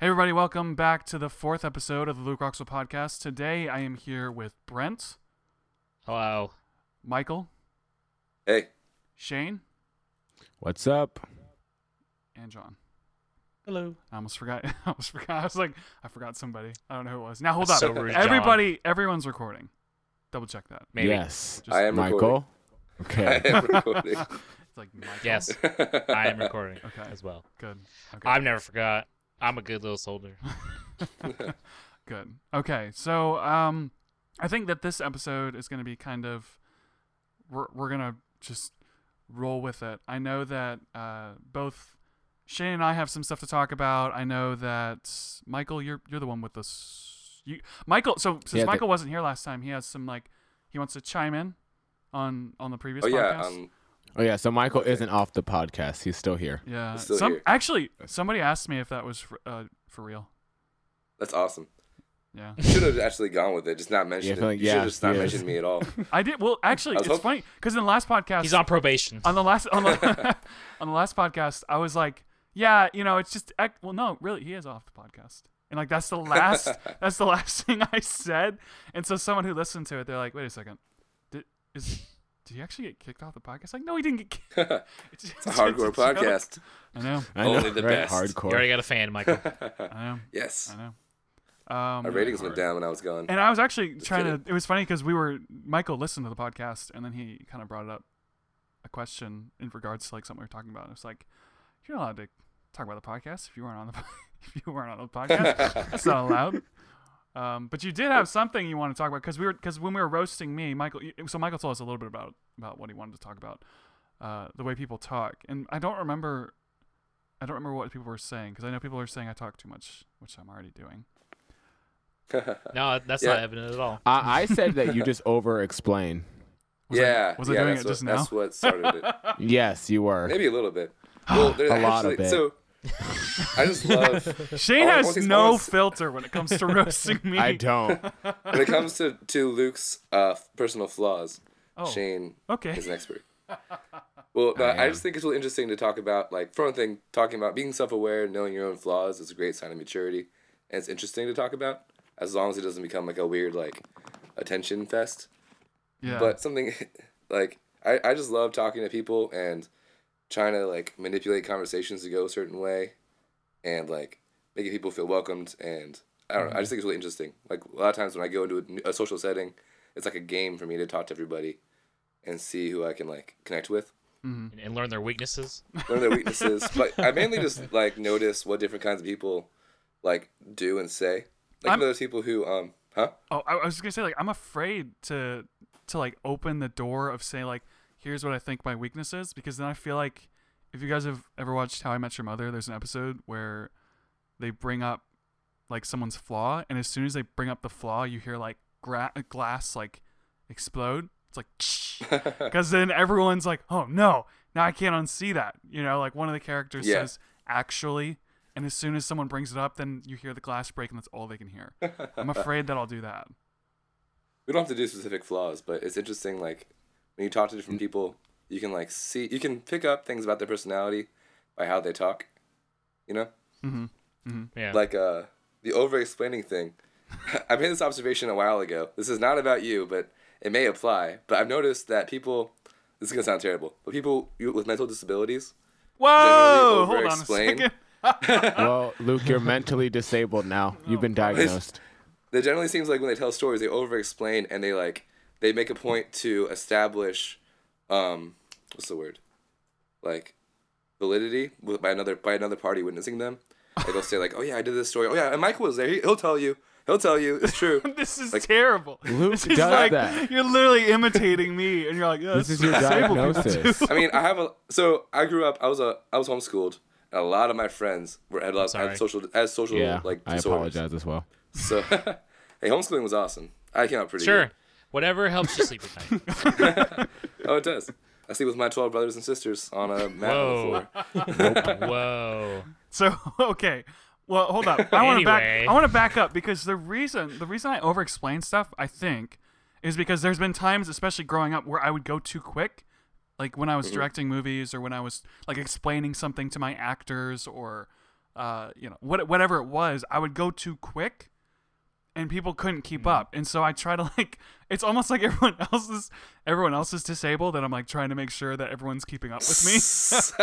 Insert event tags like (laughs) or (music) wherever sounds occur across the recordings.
everybody, welcome back to the fourth episode of the Luke Roxwell podcast. Today I am here with Brent, Hello. Michael, Hey, Shane, What's up? and John. Hello. I almost forgot. (laughs) I almost forgot. I was like, I forgot somebody. I don't know who it was. Now hold up. So rude, John. everybody, everyone's recording. Double check that. Maybe. Yes. Just- I am Michael. (laughs) I Okay. am recording. (laughs) It's like Michael. Yes, (laughs) I (laughs) am recording Okay. as well. Good. Okay. I've never forgot. I'm a good little (laughs) soldier. (laughs) Good. Okay. So, um, I think that this episode is going to be kind of we're we're gonna just roll with it. I know that uh, both Shane and I have some stuff to talk about. I know that Michael, you're you're the one with this. You, Michael. So since Yeah, the- Michael wasn't here last time, he has some like he wants to chime in on on the previous oh yeah, podcast. um, Oh yeah. So Michael isn't off the podcast. He's still here. yeah. still Some here. actually somebody asked me if that was for, uh, for real. that's awesome. Yeah. Should have actually gone with it, just not mentioned Yeah, I feel it. like- you should yeah, have just not yeah. mentioned me at all. I did. (laughs) Well, actually, I it's was hoping- funny because in the last podcast, (laughs) He's on probation. on the last on (laughs) the, (laughs) on the last podcast, I was like, yeah, you know, it's just ec- well, no, really, he is off the podcast, and like that's the (laughs) (laughs) last that's the last (laughs) thing I said, and so someone who listened to it, they're like, wait a second, did is did he actually get kicked off the podcast? Like, no, he didn't get kicked. (laughs) It's, It's a hardcore joke. podcast. I know, I Only the right? best. You Hardcore. already got a fan, (laughs) Michael. I know, Yes, I know. Um, our ratings went down when I was gone. And I was actually trying kidding. to. It was funny because we were Michael listened to the podcast and then he kind of brought it up a question in regards to like something we were talking about. And it's like you're not allowed to talk about the podcast if you weren't on the (laughs) po- if you weren't on the (laughs) podcast. (laughs) That's not allowed. Um, but you did have something you want to talk about because we were because when we were roasting me, Michael. you- So Michael told us a little bit about about what he wanted to talk about, uh, the way people talk, and I don't remember. I don't remember what people were saying because I know people are saying I talk too much, which I'm already doing. No, that's Yeah. not evident at all. (laughs) I, I said that you just over explain. Was I- yeah, was I yeah, doing that's it just what, now? That's what (laughs) started it. Yes, you were. Maybe a little bit. (gasps) Well, there's A lot of actually- (laughs) bit. So I just love Shane All I has want is no honest- filter when it comes (laughs) to roasting me. I don't. when it comes to to Luke's uh, personal flaws. Oh, Shane okay. is an expert. Well, no, I I, am. just think it's really interesting to talk about, like, for one thing, talking about being self aware, knowing your own flaws is a great sign of maturity. And it's interesting to talk about as long as it doesn't become like a weird, like, attention fest. Yeah. But something (laughs) like, I, I just love talking to people and trying to, like, manipulate conversations to go a certain way and, like, making people feel welcomed. And I don't know, I Mm-hmm. just think it's really interesting. Like, a lot of times when I go into a n- a social setting, it's like a game for me to talk to everybody and see who I can, like, connect with Mm-hmm. And, and learn their weaknesses. learn their weaknesses. but I mainly (laughs) just like notice what different kinds of people like do and say. Like I'm- those people who um huh? oh, I, I was gonna say like I'm afraid to to like open the door of saying like here's what I think my weakness is because then I feel like if you guys have ever watched How I Met Your Mother, there's an episode where they bring up like someone's flaw, and as soon as they bring up the flaw, you hear like gra- glass like explode. It's (laughs) like because then everyone's like, oh no, now I can't unsee that. You know, like one of the characters Yeah. says actually, and as soon as someone brings it up, then you hear the glass break, and that's all they can hear. (laughs) I'm afraid that I'll do that. We don't have to do specific flaws, but it's interesting like when you talk to different people, you can like see you can pick up things about their personality by how they talk. You know? Yeah. Like uh the over explaining thing. (laughs) I made this observation a while ago. This is not about you, but it may apply. But I've noticed that people this is gonna sound terrible, but people with mental disabilities Whoa! Hold on a over-explain. second. Well, Luke, you're mentally disabled now. You've been diagnosed. It generally seems like when they tell stories, they over explain and they like they make a point to establish, um, what's the word, like validity with- by another by another party witnessing them. Like they'll say like, oh yeah, I did this story. Oh yeah, and Michael was there. He, he'll tell you. He'll tell you. It's true. (laughs) This is Like- terrible. (laughs) Luke this is does like that. you're literally imitating me, and you're like, oh, This that's is your what disabled people diagnosis. do. I mean, I have a so I grew up. I was a I was homeschooled. And a lot of my friends were had, lots sorry. had social had social Yeah. like I disorders. apologize as well. So (laughs) hey, homeschooling was awesome. I came out pretty Sure. good. Whatever helps you sleep at (laughs) night. Oh, it does. I sleep with my twelve brothers and sisters on a mat on the Whoa. floor. Whoa. So (laughs) okay, well, hold up. I want to back. Anyway. I want to back up because the reason the reason I overexplain stuff, I think, is because there's been times, especially growing up, where I would go too quick, like when I was directing movies or when I was like explaining something to my actors or uh, you know, what, whatever it was, I would go too quick and people couldn't keep Mm. up. And so I try to (laughs) like it's almost like everyone else is everyone else is disabled and I'm like trying to make sure that everyone's keeping up with (laughs) me. (laughs) so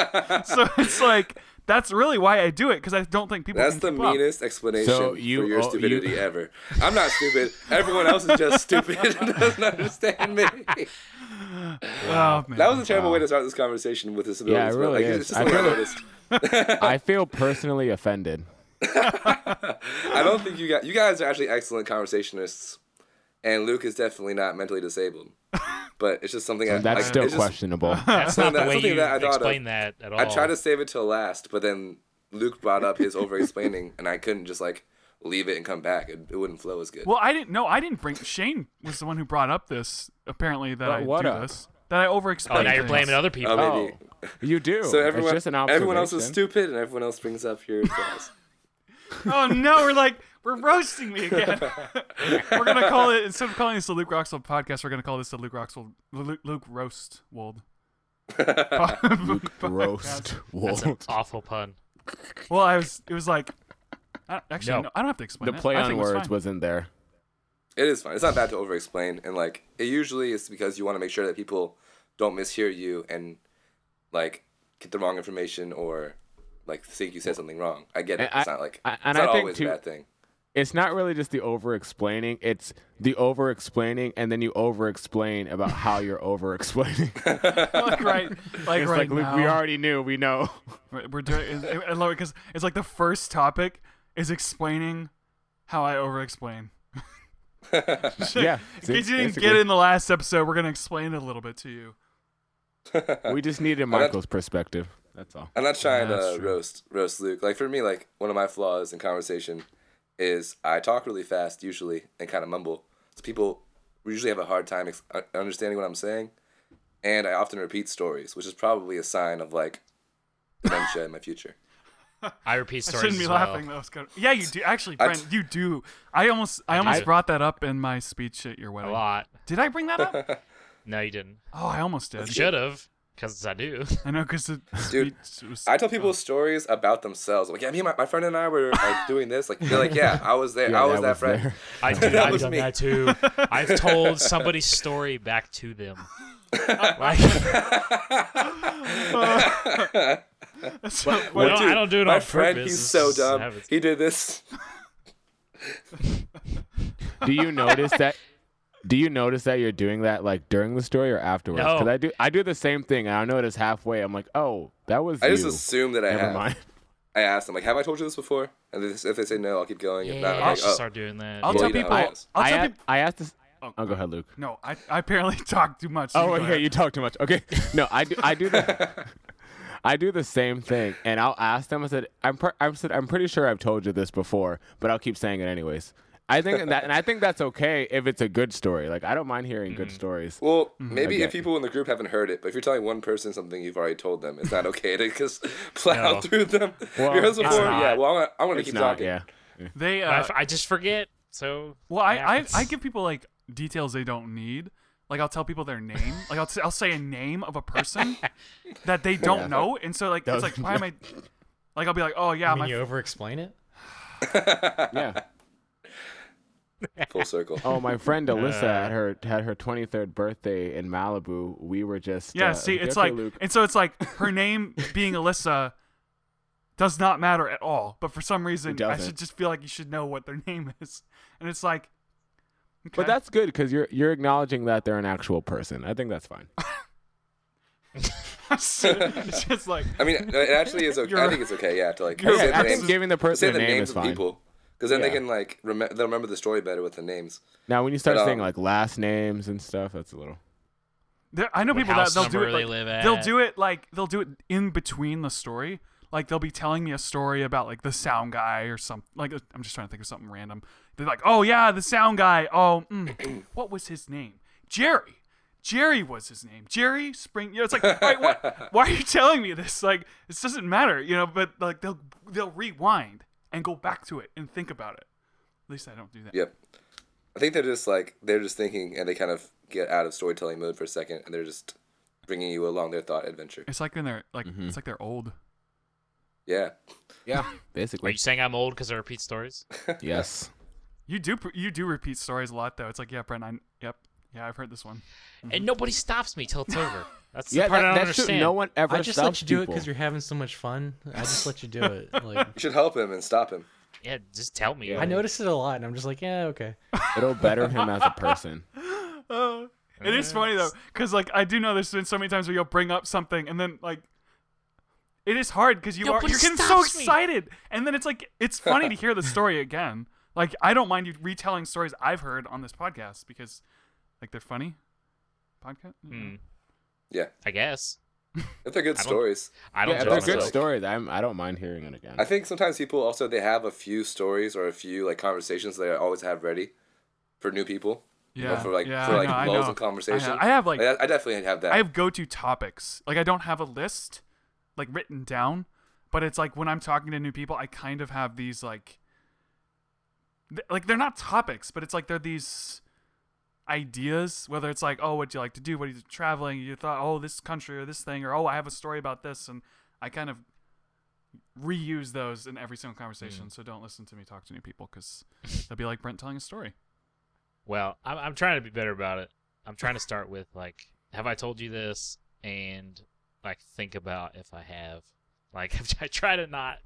it's like that's really why I do it cuz I don't think people That's can the keep up. meanest explanation So you for your all- you- stupidity ever. I'm not stupid. Everyone else is just stupid and (laughs) doesn't understand me. Oh, man. That was a terrible way to start this conversation with disabilities. Yeah, it but, like, really It's is. just I what I, feel- noticed. I feel (laughs) personally offended. I don't think you guys, you guys are actually excellent conversationists, and Luke is definitely not mentally disabled. But it's just something I, (laughs) That's I, still it's just- (laughs) questionable. That's not that- the way something you that I thought of. explain that at all. I tried to save it till last, but then Luke brought up his over explaining, and I couldn't just like leave it and come back. It, it wouldn't flow as good. Well, I didn't know. I didn't bring Shane was the one who brought up this apparently that But I what do up? this that I over Oh, (laughs) now you're blaming other people. Oh, maybe. Oh, you do. So everyone, it's just an observation. everyone else is stupid, and everyone else brings up your flaws. Oh no, we're like we're roasting me (laughs) again. we're gonna call it instead of calling this the Luke Roxwell podcast, we're gonna call this the Luke Roxwell Luke, Luke Roast (laughs) Wold. Luke Roast That's an wolf. awful pun. Well, I was it was like I, actually No. no. I don't have to explain The it. play I on think it was words fine. was in there. it is fine. It's not bad to over explain, and like it usually is because you want to make sure that people don't mishear you and like get the wrong information or like think you said something wrong. I get it. And I- It's not like I- it's and not I think always too- a bad thing. It's not really just the over explaining, it's the over explaining, and then you over explain about how you're over explaining. (laughs) it's like (laughs) right, like right like, Luke, now. we already knew, we know. We're- We're doing. it- I love it because it's like the first topic is explaining how I over-explain. yeah. In case see, you didn't get basically. it in the last episode, we're gonna explain it a little bit to you. (laughs) We just needed Michael's perspective. That's all. I'm not trying that's to true. roast roast Luke. Like for me, like one of my flaws in conversation is I talk really fast usually and kind of mumble. So people usually have a hard time ex- uh, understanding what I'm saying, and I often repeat stories, which is probably a sign of like dementia in my future. I repeat I stories. shouldn't be as well. laughing. That was good. Yeah, you do actually, I Brent. you do. I almost, I almost do. brought that up in my speech at your a wedding. lot. Did I bring that (laughs) up? No, you didn't. Oh, I almost did. Should have, because I do. I know because it, Dude, (laughs) speech was. Oh. I (laughs) tell people stories about themselves. Like yeah, me and my, my friend and I were (laughs) like doing this. Like they're like yeah, I was there. Yeah, I was that that, was friend. there. I do. (laughs) That I've was done me. that too. I've told somebody's story back to (laughs) them. Like, (laughs) (laughs) so, I, wait, don't, I don't do it My on friend, purpose. he's so It's just dumb. habits. He did (laughs) this. Do you notice that? Do you notice that you're doing that like during the story or afterwards? No. Because I do, I do the same thing, and I notice halfway, I'm like, oh, that was I you. just assume that I Never have. mind. I asked them like, have I told you this before? And if if they say no, I'll keep going. If Yeah, not, I'm I like, should oh. start doing that. I'll Yeah, tell you know people. how it I'll is. I, tell a- people. I asked this. Oh, Oh, go ahead, Luke. No, I, I apparently (laughs) talk too much. Oh, go okay. ahead. You talk too much. Okay. (laughs) No, I do. I do the. (laughs) I do the same thing, and I'll ask them. I said, "I'm, per- I said, I'm pretty sure I've told you this before, but I'll keep saying it anyways." I think that, and I think that's okay if it's a good story. Like I don't mind hearing good stories. Well, maybe Mm-hmm. I if get it. people in the group haven't heard it, but if you're telling one person something you've already told them, (laughs) it's not okay to just (laughs) plow No. through them. Well, Because it's before, not. yeah, well, I'm gonna, I'm gonna It's keep not, talking. (laughs) yeah. They. I Uh, f- I just forget. So well, I, yeah, I, it's- I give people like details they don't need. Like I'll tell people their name. Like I'll, t- I'll say a name of a person that they don't know, and so like it's like why am I? Like I'll be like, oh (laughs) yeah, I mean, my you over explain it? Yeah. Full circle. (laughs) Oh, my friend Alyssa had her had her 23rd birthday in Malibu. We were just Yeah, uh, see, okay, it's okay, like, Luke. and so it's like her name being Alyssa does not matter at all. But for some reason, I doesn't. should just feel like you should know what their name is, and it's like, (laughs) but that's good because you're you're acknowledging that they're an actual person. I think (laughs) that's fine. that's it's just like I mean, it actually (laughs) is okay. I You're- think it's okay, yeah, to like you're- say Yeah, the I names, think giving the say person the a name names is of fine. people, because then they Yeah. can like rem- they'll remember the story better with the names. Now, when you start But, saying um, like last names and stuff, that's a little. there- I know What people that house they'll do number it. they Like, live They'll at. do it like they'll do it in between the story. Like they'll be telling me a story about like the sound guy or something. Like uh, I'm just trying to think of something random. They're like, oh yeah, the sound guy. Oh, mm, what was his name? Jerry. Jerry was his name. Jerry Spring. You know, it's like, all right, what? Why are you telling me this? Like, this doesn't matter, you know. But like, they'll they'll rewind and go back to it and think about it. At least I don't do that. Yep. I think they're just like they're just thinking, and they kind of get out of storytelling mode for a second, and they're just bringing you along their thought adventure. Mm-hmm. It's like when they're like, it's like they're old. Yeah. Yeah, Are you (laughs) basically. saying I'm old because I repeat stories? Yes. You do pr- you do repeat stories a lot though. It's like, yeah, Brent, I, yep, yeah, I've heard this one. And nobody stops me till it's over. That's Mm-hmm. yeah, the part that- I don't that's true. understand. No one ever I just stops let you do it people. because you're having so much fun. I just let you do it. Like You should help him and stop him. Yeah, just tell me. I notice it a lot, and I'm just like, yeah, okay. It'll better him as a person. Uh, it is funny though, because like I do know there's been so many times where you'll bring up something and then like it is hard because you No, are but you're it getting so stops me. excited, and then it's like it's funny to hear the story again. Like I don't mind you retelling stories I've heard on this podcast because like they're funny. Podcast. Hmm, Yeah. I guess If they're good I don't- stories. I don't. Yeah, if judge they're judge good myself. myself. stories, I'm, I don't mind hearing it again. I think sometimes people also they have a few stories or a few like conversations they always have ready for new people. You know, Yeah, for like yeah, for I like know, I lulls know. in conversation. I, I have like I, I definitely have that. I have go-to topics. Like I don't have a list like written down, but it's like when I'm talking to new people, I kind of have these like th- like they're not topics, but it's like they're these ideas whether it's like oh what do you like to do what are you traveling you thought oh this country or this thing or oh i have a story about this and i kind of reuse those in every single conversation Mm. so don't listen to me talk to new people because that'd be like brent telling a story Well, I'm, I'm trying to be better about it. I'm trying to start with like, have I told you this? And like, think about if I have. Like, (laughs) I try (laughs) to not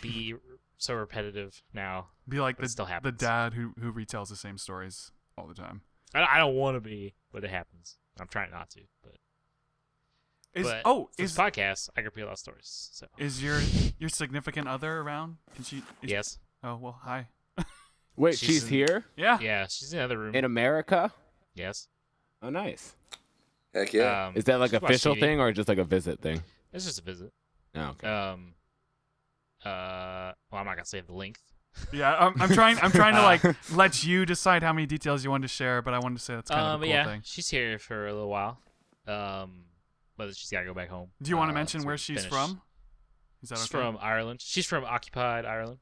be so repetitive now. be like But it the, still the happens. dad who who retells the same stories all the time I, I don't want to be, but it happens. I'm trying not to, but, is but oh for is this podcast, I can repeat a lot of stories. So Is your your significant other around? Can she? Is, yes, Oh well, hi. Wait, She's she's in- here Yeah. yeah, she's in the other room. in America. yes, Oh, nice. Heck yeah. Um, Is that like she watched official TV. thing or just like a visit thing? It's just a visit. Oh, okay. Um. Uh. Well, I'm not gonna say the length. Yeah. I'm, I'm trying. I'm trying to like Uh. (laughs) let you decide how many details you want to share, but I wanted to say that's kind um, of a but cool yeah, thing. she's here for a little while. Um, but she's gotta go back home. Do you want to uh, mention to where she's finish. from? Is that She's okay? from Ireland. She's from occupied Ireland.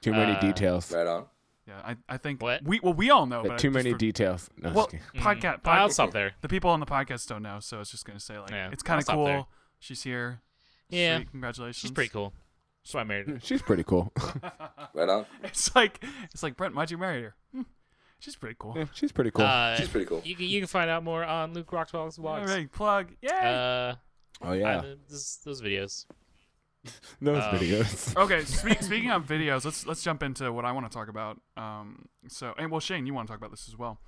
too many uh, details. right on. (laughs) yeah. I, I think What? we well we all know, But but too just many for- details. No, I'm just Well, kidding. (laughs) podcast. Mm. But I'll podcast- stop there. the people on the podcast don't know, so it's just gonna say like Yeah, it's kind I'll of stop there. cool. She's here. Yeah. Sweet, Congratulations. (laughs) She's pretty cool. That's why I married her. she's pretty cool. (laughs) Right on. It's like it's like Brent. Why'd you marry her? Hmm. She's pretty cool. Yeah, she's pretty cool. Uh, She's pretty cool. You can you can find out more on Luke Rockwell's All blogs. right. Plug. Yay. Uh, oh yeah. yeah, those, those videos. those um, videos. Okay, spe- speaking of videos, let's let's jump into what I want to talk about. Um, so and well, Shane, you want to talk about this as well.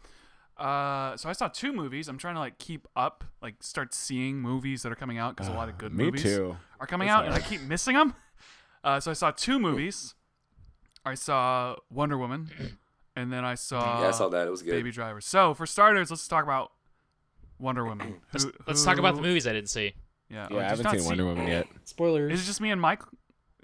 Uh, so I saw two movies. I'm trying to like keep up, like start seeing movies that are coming out because a lot of (laughs) good Ah, Me movies too. are coming That's out, and I hard. keep missing them. Uh, so I saw two movies. I saw Wonder Woman, and then I saw, yeah, I saw that. It was good. Uh, Baby Driver. So for starters, let's talk about Wonder Woman. Let's, Who- let's talk about the who- movies I didn't see. Yeah, oh, did Yeah, I you haven't not seen see- Wonder Woman yet. Spoilers. Is it just me and Mike?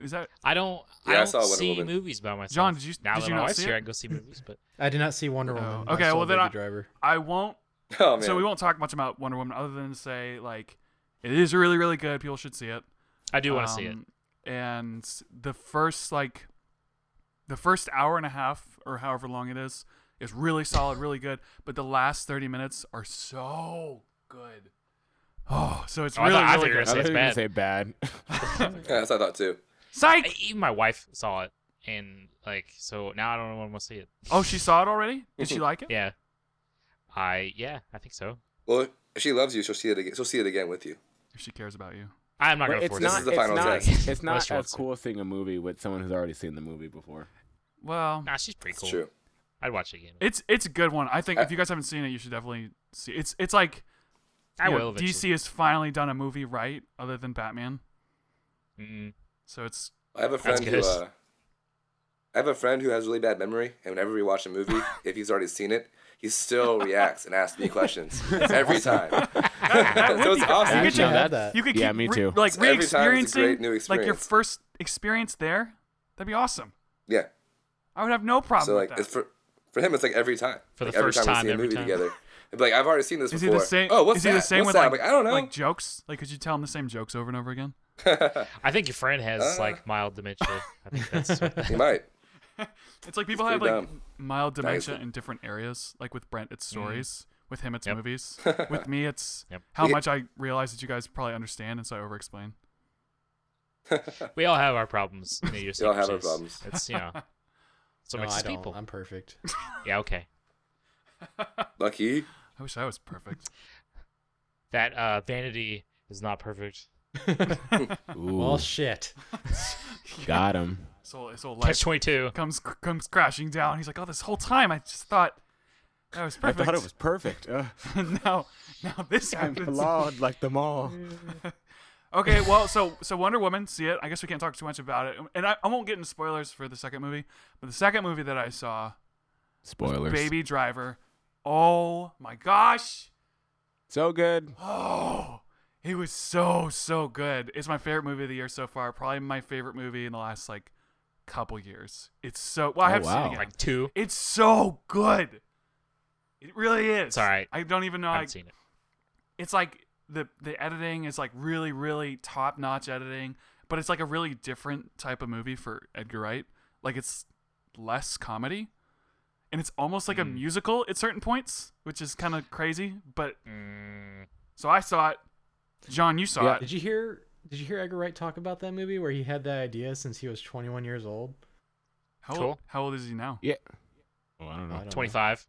Is that I don't. Yeah, I I don't saw Wonder see Woman. movies by myself. John, did you- Now did that you my not wife's see here, it? I can go see movies. But I did not see Wonder Woman. Oh, okay, I saw well, then Baby I- Driver. I won't (laughs) Oh man. So we won't talk much about Wonder Woman other than to say like it is really really good. People should see it. I do want to see it. Um, And the first like the first hour and a half or however long it is is really solid, really good. But the last thirty minutes are so good. Oh, so it's Oh, I really thought- I thought really you were good. gonna I was it's gonna bad. say bad. Yeah, that's what I thought too. I, Psych. even my wife saw it, and like, so now I don't know when we'll see it. Oh, she saw it already. Did she like it? Yeah, I yeah, I think so. Well, if she loves you, she'll see it again. She'll see it again with you. If she cares about you. I'm not But going it's for This not. is the it's final not. test. It's Unless not she as wants to. cool seeing a movie with someone who's already seen the movie before. Well, Nah, she's pretty It's cool. true. I'd watch it again. it's it's a good one. I think if you guys haven't seen it, you should definitely see. It's it's like I you know, will. DC has finally done a movie right, other than Batman. Mm-mm. So (laughs) it's I have a That's friend who. good. Uh, I have a friend who has really bad memory, and whenever we watch (laughs) a movie, if he's already seen it, he still reacts and asks me questions every time. (laughs) that would so be- You it's awesome. I get actually your- had that. you could Yeah, keep me re- too. like So every time it's a great re-experiencing new like your experience. first experience there. That'd be awesome. Yeah. I would have no problem So like with it's that. for for him, it's like every time. For the like, every first time, time, we see a every movie time. together. It'd be like I've already seen this Is he before. the same? Oh, what's is that? he the same what's with that? like, I'm like I don't know. like jokes? Like could you tell him the same jokes over and over again? I think your friend has Uh. like mild dementia. I think that's. (laughs) what- (laughs) he might. It's like people It's have pretty like mild dementia Nice. in different areas. Like with Brent, it's stories. With him, it's Mm-hmm. Yep. (laughs) movies. with me, it's Yep. how Yeah. much I realize that you guys probably understand, and so I over-explain. we all have our problems. New Year's We all Eve have our issues. problems. It's you know, it's what (laughs) No, makes I us don't. people. I'm perfect. Yeah, okay. Lucky. I wish I was perfect. That uh, vanity is not perfect. (laughs) Ooh, Well, shit. got him. So so life Catch twenty two. comes comes crashing down. He's like, oh, this whole time I just thought that was perfect. (laughs) I thought it was perfect. Ugh, And (laughs) now now this I'm happens. flawed like them all. Okay, well, so so Wonder Woman, see it. I guess we can't talk too much about it, and I, I won't get into spoilers for the second movie. But the second movie that I saw, Spoilers. Baby Driver, oh my gosh, So good. oh, it was so so good. It's my favorite movie of the year so far. Probably my favorite movie in the last like couple years. It's so well, I Oh, have seen it wow. again. Like two. it's so good. It really is. It's all right. I don't even know. I I, haven't seen it. it's like the the editing is like really really top notch editing, but it's like a really different type of movie for Edgar Wright. Like it's less comedy, and it's almost Hmm. like a musical at certain points, which is kind of crazy. But Mm, so I saw it. John, you saw Yeah. it. Did you hear? Did you hear Edgar Wright talk about that movie where he had that idea since he was 21 years old? How, Cool. how old is he now? (laughs) Yeah. Oh, I don't I know. don't know. twenty five.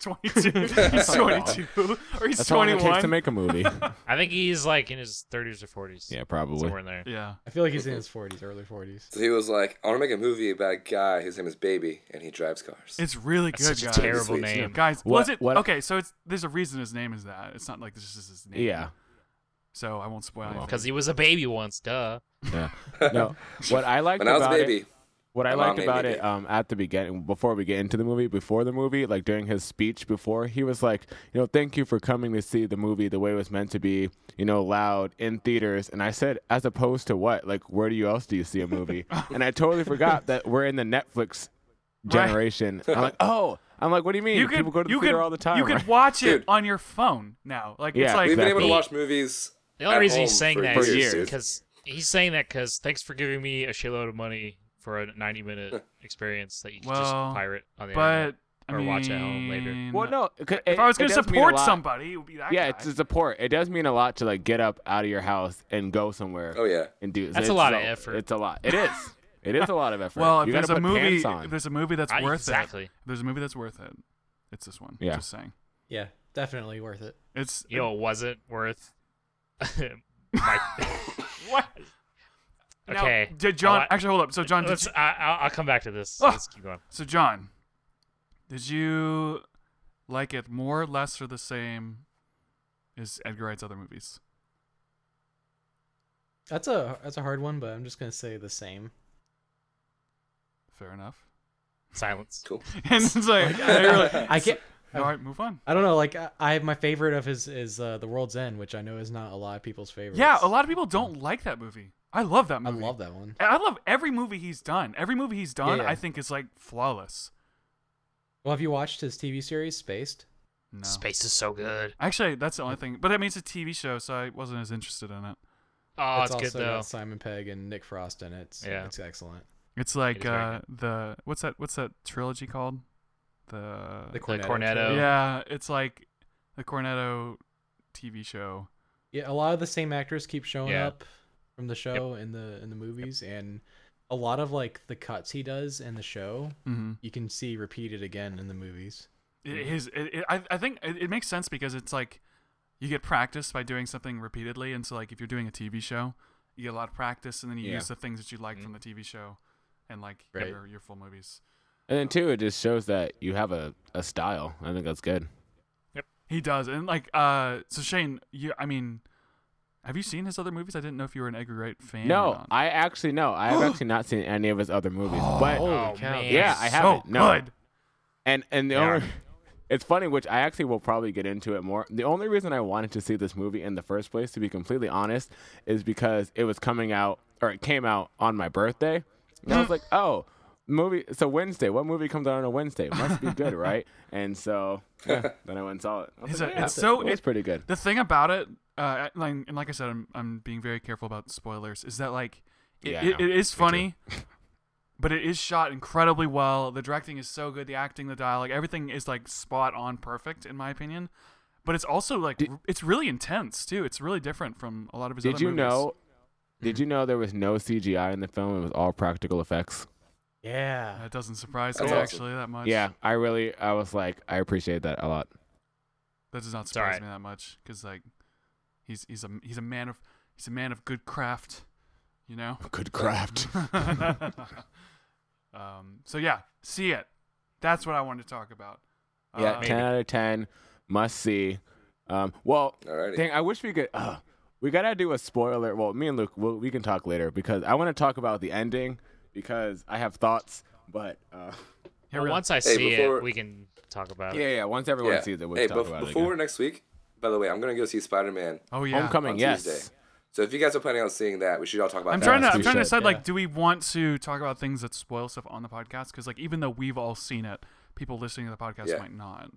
Twenty two. (laughs) he's twenty two, or he's That's all twenty it takes to one. make a movie. I think he's like in his thirties or forties. yeah, probably. somewhere in there. Yeah. I feel like he's in his 40s, early 40s. So he was like, I want to make a movie about a guy. His name is Baby, and he drives cars. It's really That's good, such a guys. terrible Sweet, sweet. name. Guys, What- was it what- okay? So it's there's a reason his name is that. It's not like this is his name. Yeah. So I won't spoil Well. it. Because he was a baby once, duh. (laughs) Yeah. No. What I liked when I was a about it. baby, What I My mom liked made about me it do. um, at the beginning, before we get into the movie, before the movie, like during his speech before, he was like, you know, thank you for coming to see the movie the way it was meant to be, you know, loud in theaters. And I said, as opposed to what? Like, where do you else do you see a (laughs) movie? and I totally forgot that we're in the Netflix Right. generation. (laughs) I'm like, oh, I'm like, what do you mean? People go to the you theater could- all the time. You could (laughs) right? watch it Dude. on your phone now. Like it's Yeah, like we've been able Exactly. to watch movies. The only at reason he's home saying for that for is years. because he's saying that because thanks for giving me a shitload of money for a 90 minute experience that you can just Well, pirate on the but I Or mean, watch at home later. Well, no. If If I was going to support somebody, it would be that Yeah, guy. it's a support. It does mean a lot to like get up out of your house and go somewhere. Oh yeah, and do. That's a it's lot of effort. It's a lot. It is. It is a lot of effort. well, if you there's gotta a put movie, pants on. if there's a movie that's internet. I- worth exactly. it. If there's a movie that's worth it, it's this one. Yeah. Just saying. Yeah, definitely worth it. It's You know, it wasn't worth. (laughs) my, (laughs) what? Now, okay. did John Oh, I'll- actually hold up? So John, did Let's. you, Oh. I, I'll, I'll come back to this. Ugh. Let's keep going. so John, did you like it more, less, or the same as Edgar Wright's other movies? That's a that's a hard one, but I'm just gonna say the same. Fair enough. (laughs) Silence. cool. And it's like, I (laughs) really- I can't. all right, move on. I don't know. Like I, I my favorite of his is uh, the World's End, which I know is not a lot of people's favorite. Yeah, a lot of people don't like that movie. I love that I movie. love that one. And I love every movie he's done. Every movie he's done, yeah. I think is like flawless. Well, have you watched his TV series Spaced? No. Space is so good. Actually, that's the only thing. But I mean, it's a TV show, so I wasn't as interested in it. Oh, it's, also good though. got Simon Pegg and Nick Frost in it. It's, Yeah. it's excellent. It's like It is very uh, the what's that? What's that trilogy called? The, The Cornetto Cornetto. Uh, Cornetto. trilogy. yeah, it's like the Cornetto TV show. Yeah, a lot of the same actors keep showing Yeah. up from the show in the in the movies, and a lot of like the cuts he does in the show, Mm-hmm. you can see repeated again in the movies. It is. It, it, I, I think it, it makes sense because it's like you get practice by doing something repeatedly, and so like if you're doing a TV show, you get a lot of practice, and then you Yeah. Mm-hmm. use the things that you like from the TV show, and like Right. your your full movies. and then two, it just shows that you have a, a style. I think that's good. He does, and like uh, so Shane, you, I mean, have you seen his other movies? I didn't know if you were an Edgar Wright fan. or No, not. I actually no, (gasps) I have actually not seen any of his other movies. But oh cow. man. yeah, I so haven't. No, good. and and the Yeah. only (laughs) it's funny, which I actually will probably get into it more. The only reason I wanted to see this movie in the first place, to be completely honest, is because it was coming out or it came out on my birthday. And I was like, (laughs) oh, movie. So Wednesday, what movie comes out on a Wednesday? Must be (laughs) good, right? And so yeah, then I went and saw it. I was It's like, a- yeah, it's so- it was it- pretty good. The thing about it, uh, and like, and like I said, I'm I'm being very careful about spoilers. Is that like it, Yeah, I it, know. it is funny, (laughs) but it is shot incredibly well. The directing is so good. The acting, the dialogue, everything is like spot on, perfect in my opinion. But it's also like r- it's really intense too. It's really different from a lot of his. Did other you movies. Mm-hmm. know Did you know there was no CGI in the film? It was all practical effects. Yeah. That Uh, doesn't surprise That's me awesome. actually that much. Yeah, I really, I was like, I appreciate that a lot. that does not all surprise right. me that much because like he's he's a he's a man of he's a man of good craft, you know. Good (laughs) (laughs) craft. um. So yeah, see it. That's what I wanted to talk about. yeah, Uh, ten out of ten, must see. Um, well, Alrighty. Dang, I wish we could. Uh, we gotta do a spoiler. Well, me and Luke, we'll, we can talk later because I want to talk about the ending because I have thoughts. But yeah, uh, Well, really. once I Hey, see before- it, we can talk about yeah, it. yeah. Once everyone sees it, we'll hey, talk bef- about before it. next week, by the way, I'm gonna go see Spider Man. Oh yeah. Homecoming, on yes. Tuesday. So if you guys are planning on seeing that, we should all talk about I'm that. trying to Yes, I'm we trying to should, decide yeah. like, do we want to talk about things that spoil stuff on the podcast? Because like, even though we've all seen it, people listening to the podcast Yeah. might not.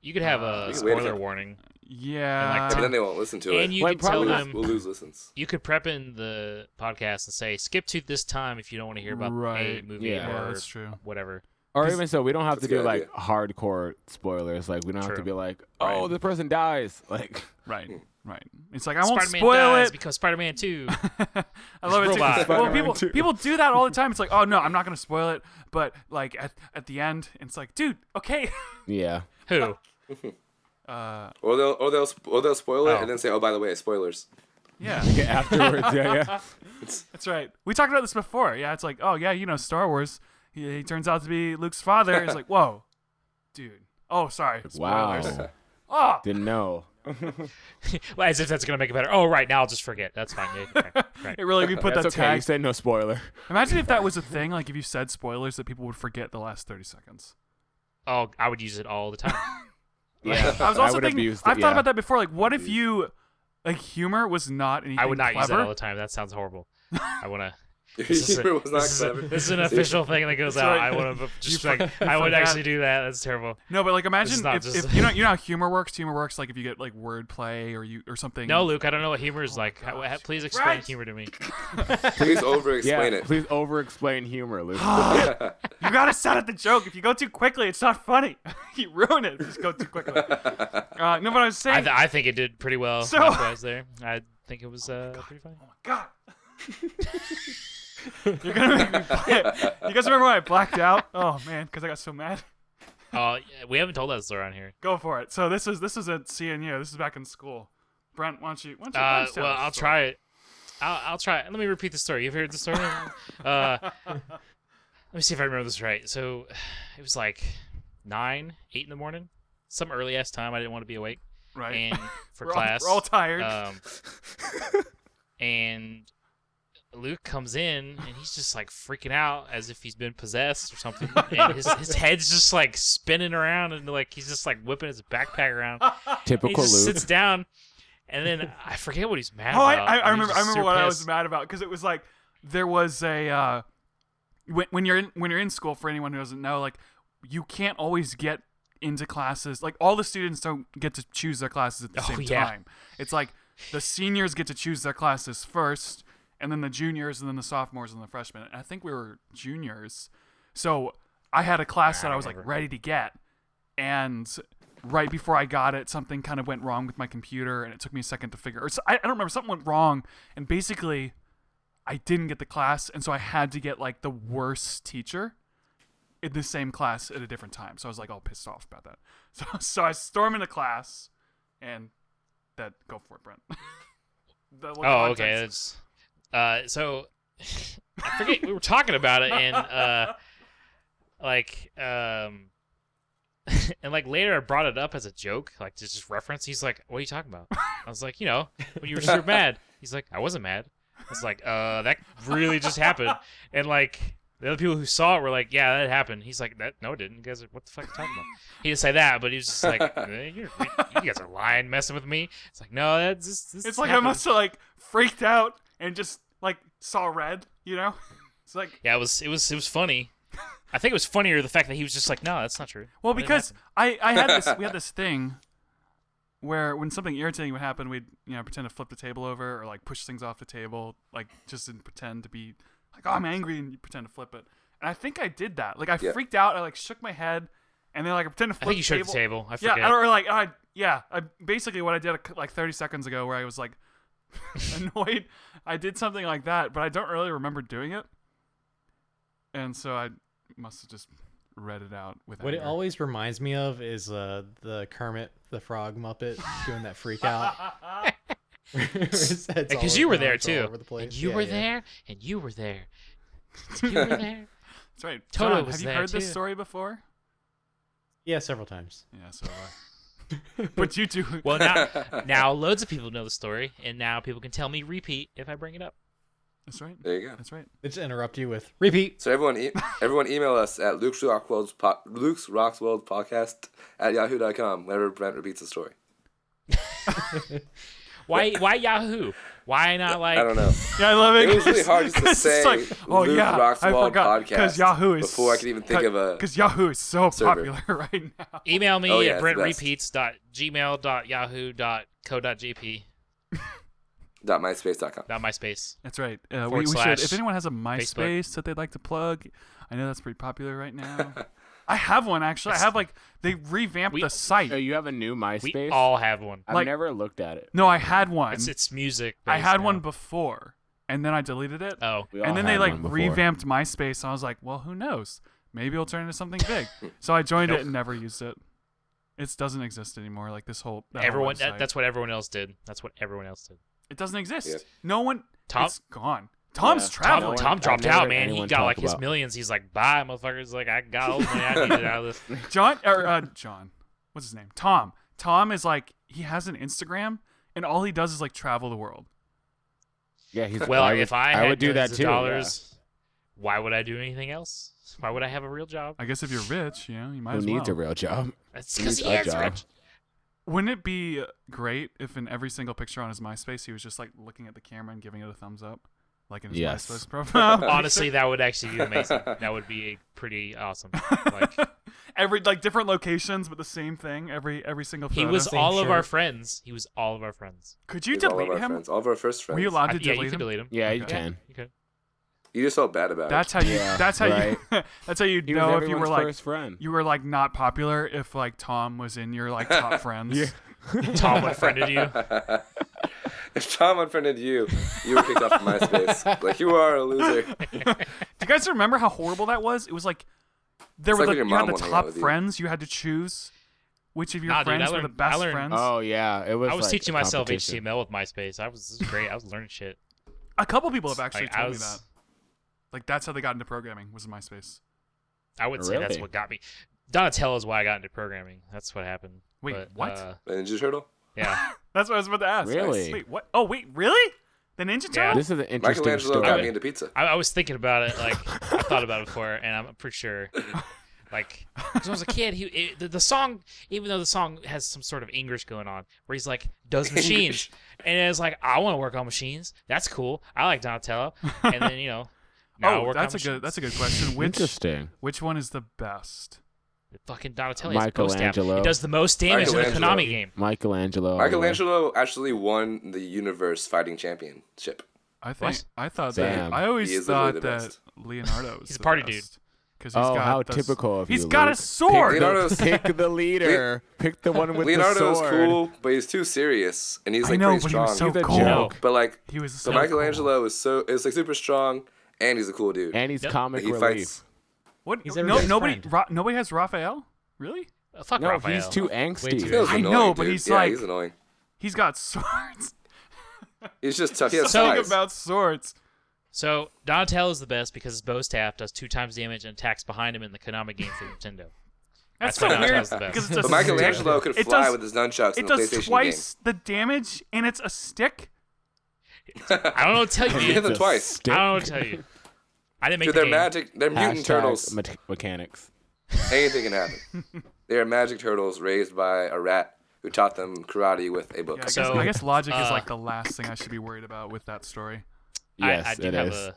You could have Uh, a we can wait a spoiler second. warning. Yeah. like, but then they won't listen to it. And you Well, could tell probably- we'll, lose, them we'll lose listens. you could prep in the podcast and say skip to this time if you don't want to hear about a Right. movie Yeah. yeah, or that's true. whatever. Or even so, we don't have to That's a do good like hardcore spoilers. Like we don't have to True. be like, oh, Right. the person dies. Like Right. Right. It's like I won't Spider-Man spoil dies it. because Spider-Man (laughs) 2. I love it too. Robot. Well, Spider-Man people too. people do that all the time. It's like, oh no, I'm not gonna spoil it. But like at at the end, it's like, dude, okay. (laughs) yeah, Who? (laughs) Uh, Or they'll or they'll sp- or they'll spoil it Oh. and then say, oh by the way, spoilers. yeah, Yeah, afterwards. yeah, yeah. that's right. We talked about this before. Yeah, it's like, oh yeah, you know, Star Wars. He, he turns out to be Luke's father. It's like, whoa, dude. Oh, sorry. (laughs) Wow, Spoilers. (laughs) Oh, didn't know. well, as if that's going to make it better. Oh, right. Now I'll just forget. That's fine. Yeah, (laughs) okay, right. it really we put That's that okay. You tag. said no spoiler. Imagine if that was a thing. Like if you said spoilers, that people would forget the last thirty seconds. Oh, I would use it all the time. Yeah, I was also would thinking. abuse it, I've yeah. thought about that before. Like, what if you, like, humor was not anything I would not use that clever? all the time. That sounds horrible. I want to. (laughs) Your This is, a- humor was not this is a- clever. this is an (laughs) See? official thing that goes out. right. I want to just You like for- I would forgot. actually do that. That's terrible. No, but like imagine not if, just- (laughs) if you know you know how humor works. Humor works like if you get like wordplay or you or something. No, Luke, I don't know what humor is like. How- gosh. please explain Right. humor to me. Please over explain yeah, it. please over-explain (gasps) humor, Luke. you gotta set up the joke. If you go too quickly, it's not funny. (laughs) you ruin it. if you Just go too (laughs) quickly. Uh, no, but I was I, saying. th- I think it did pretty well. So- Oh likewise there, I think it was uh, pretty funny. God. (laughs) You're gonna make me play it. You guys remember when I blacked out? Oh man, because I got so mad. (laughs) (laughs) Uh, yeah, we haven't told that story on here. Go for it. So this is this is at CNU. This is back in school. Brent, why don't you? Why don't you why Uh, don't you tell well, us I'll the try it. I'll, I'll try it. Let me repeat the story. You've heard (laughs) the story? uh, let me see if I remember this right. So (sighs) it was like 9, 8 in the morning, some early ass time. I didn't want to be awake. story? Right. (laughs) And for we're, class. all, we're all tired. Um, (laughs) and Luke comes in and he's just like freaking out as if he's been possessed or something. And his, (laughs) his head's just like spinning around and like he's just like whipping his backpack around. And he Typical just Luke. sits down. And then I uh, forget what he's mad Oh, I, about. I, and I he's remember. just I remember super what I pissed. was mad about because it was like there was a uh, when when you're in when you're in school. For anyone who doesn't know, like you can't always get into classes. Like all the students don't get to choose their classes at the Oh, same yeah. time. It's like the seniors get to choose their classes first, and then the juniors, and then the sophomores, and the freshmen. And I think we were juniors, so I had a class that I was like ready to get, and right before I got it, something kind of went wrong with my computer, and it took me a second to figure. Or so, I, I don't remember. Something went wrong, and basically, I didn't get the class, and so I had to get like the worst teacher in the same class at a different time. So I was like all pissed off about that. (laughs) So so I storm into class, and that go for it, Brent. (laughs) The- what Oh, context- okay. That's, uh, so (laughs) I forget we were talking about it, and uh, like, um, (laughs) and like later I brought it up as a joke, like to just reference. He's like, "What are you talking about?" I was like, "You know, when you were super mad." He's like, "I wasn't mad." I was like, "Uh, that really just happened," and like. The other people who saw it were like, "Yeah, that happened." He's like, "That no, it didn't." You guys are what the fuck are you talking about? He didn't say that, but he was (laughs) just like, eh, you're, "You guys are lying, messing with me." It's like, "No, that's just, this It's like I happened." must have like freaked out and just like saw red. You know, (laughs) it's like Yeah, it was it was it was funny. I think it was funnier the fact that he was just like, no, that's not true. Well, That didn't because happen." I, I had this we had this thing where when something irritating would happen, we'd you know pretend to flip the table over or like push things off the table, like just and pretend to be like oh I'm angry and you pretend to flip it. And I think I did that. Like I Yeah. freaked out. I like shook my head, and then like I pretend to I flip think you the shook table. the table. I Yeah, (laughs) forget. I don't really like. (laughs) I, yeah, I, basically what I did like 30 seconds ago, where I was like, annoyed I did something like that, but I don't really remember doing it. And so I must have just read it out with What it anger. always reminds me of is uh, the Kermit the Frog Muppet doing that freak out. (laughs) (laughs) Because Because you were there too. Over the place. And you Yeah, were yeah. there, and you were (laughs) there. You were there. That's right. Toto John, was have you there heard this too. story before? Yeah, several times. Yeah, so have I. but you do. Well, now, (laughs) now loads of people know the story, and now people can tell me repeat if I bring it up. That's right. There you go. That's right. They just interrupt you with repeat. So everyone, e- everyone, email us at Luke's Rockwell's po- Luke's Rockwell's podcast at yahoo.com whenever Brent repeats a story. (laughs) Why? Why Yahoo? Why not like? I don't know. Yeah, I love it. It was really 'cause- hard just to 'cause (laughs) it's say oh Luke yeah, I Roxwell forgot podcast Yahoo is before I could even think of a because Yahoo is so server. popular (laughs) right now. Email me Oh, yeah, at it's the best. brentrepeats.gmail.yahoo.co.jp. dot myspace.com. Not MySpace. That's right. Uh, we, Forward we should. If slash anyone has a MySpace that they'd like to plug, I know that's pretty popular right (laughs) now. I have one actually. I have like they revamped We- the site. Oh, you have a new We MySpace? all have one. I've like- never looked at it. no, I had one. It's it's music. I based had now. one before, and then I deleted it. Oh, We all and then they had like one before. revamped MySpace, and I was like, well, who knows? Maybe it'll turn into something (laughs) big. so I joined it and never used it. It doesn't exist anymore. Like this whole that whole everyone. That, website. that's what everyone else did. That's what everyone else did. it doesn't exist. Yeah. No one. Tom- it's gone. Tom's Tom, Tom- traveling. Tom I've dropped never out, heard man. He anyone got talk like his about- millions. He's like, bye, motherfuckers. Like, I got all the money I needed out of (laughs) this. John or uh, John, what's his name? Tom. Tom is like he has an Instagram, and all he does is like travel the world. Yeah, he's Well, I would- if I had I would do that tons of too. yeah. dollars, why would I do anything else? Why would I have a real job? I guess if you're rich, you know, you might Who as needs well. a real job? That's because He's he a is job. (laughs) rich. Wouldn't it be great if in every single picture on his MySpace he was just like looking at the camera and giving it a thumbs up, like in his Yes. MySpace (laughs) profile? Honestly, that would actually be (laughs) amazing. that would be pretty (laughs) awesome. (laughs) Like every like different locations, but the same thing every every single. Photo. he was all of our Sure. friends. He was all of our friends. Could you He's all of delete our him? friends, all of our first friends. Were you allowed I- to yeah, delete you him? can delete him. Yeah, you Okay. can. You could. You just felt bad about (laughs) That's how you. Yeah, that's how you. (laughs) that's how you He know was if you were everyone's like first friend. you were like not popular if like Tom was in your like (laughs) top friends. Yeah. Tom unfriended (laughs) you. it. if Tom unfriended you, you were kicked off of (laughs) MySpace. Like you are a loser. Do you guys remember how horrible that was? It was like there It's were like the, when your you had mom the won't hang out top with you. friends. You had to choose which of your Nah, dude, I friends were the learned- I best learned- friends. Oh yeah, it was. I was like teaching a myself competition. HTML with MySpace. I was this was great. I was learning shit. A couple people have actually Like, I told was- me that. Like that's how they got into programming was in MySpace. I would say that's Really? what got me. Donatello is why I got into programming. That's what happened. Wait, But, what? uh, And Ninja Turtle. yeah, That's what I was about to ask. Really? Wait, what? Oh, wait, really? The Ninja Yeah. Turtle? This is an interesting Michelangelo story. got me into pizza. I, I was thinking about it. Like I thought about it before, and I'm pretty sure. Like, 'cause when I was a kid, he it, the, the song, even though the song has some sort of English going on, where he's like, does machines, and it's like, I want to work on machines. That's cool. I like Donatello, and then (laughs) you know, now I oh, work that's a on good. machines. That's a good question. Which Interesting. which one is the best? fucking Donatello. he has the most dam- Michelangelo. He does the most damage in the Michelangelo. Konami game. Michelangelo. all the way. Michelangelo actually won the universe fighting championship. I think I thought that Damn. I He always is literally thought the that best. (laughs) Leonardo is He's a the party dude. best. Because Oh, how typical of He's you, got a Luke. sword. Pick Leonardo's- the, pick (laughs) the leader. pick the one with the Leonardo's sword. cool, but he's too serious, and he's I like know, pretty but he strong. was so He's a cool. joke. But like, He was so so cool. Michelangelo is so is like super strong, and he's a cool dude. And he's Yep. comic he relief. fights. What? He's no, everybody's nobody. friend. Ra- nobody has Raphael. Really? Uh, Fuck No, Raphael. he's too angsty. too- Feels I annoying, know, but dude. he's yeah, like- he's annoying. He's got (laughs) swords. He's just tough. He has So- Talking size. about swords. So Donatello is the best because his bow staff does two times damage and attacks behind him in the Konami game for Nintendo. That's, That's so why weird Donatello's the best. because it does but Michelangelo could it fly does, with his nunchucks in it the does PlayStation twice the damage, and it's a stick. I don't know what (laughs) to tell game. you. He hit man. them Just twice. I Dick. don't know what to tell you. I didn't make Dude, the they're game. magic. They're mutant Hashtag turtles. me- mechanics. Anything can happen. (laughs) they are magic turtles raised by a rat who taught them karate with a book. Yeah, I, So, guess, I guess logic is uh, like the last thing I should be worried about with that story. Yes, I, I do it have is. a.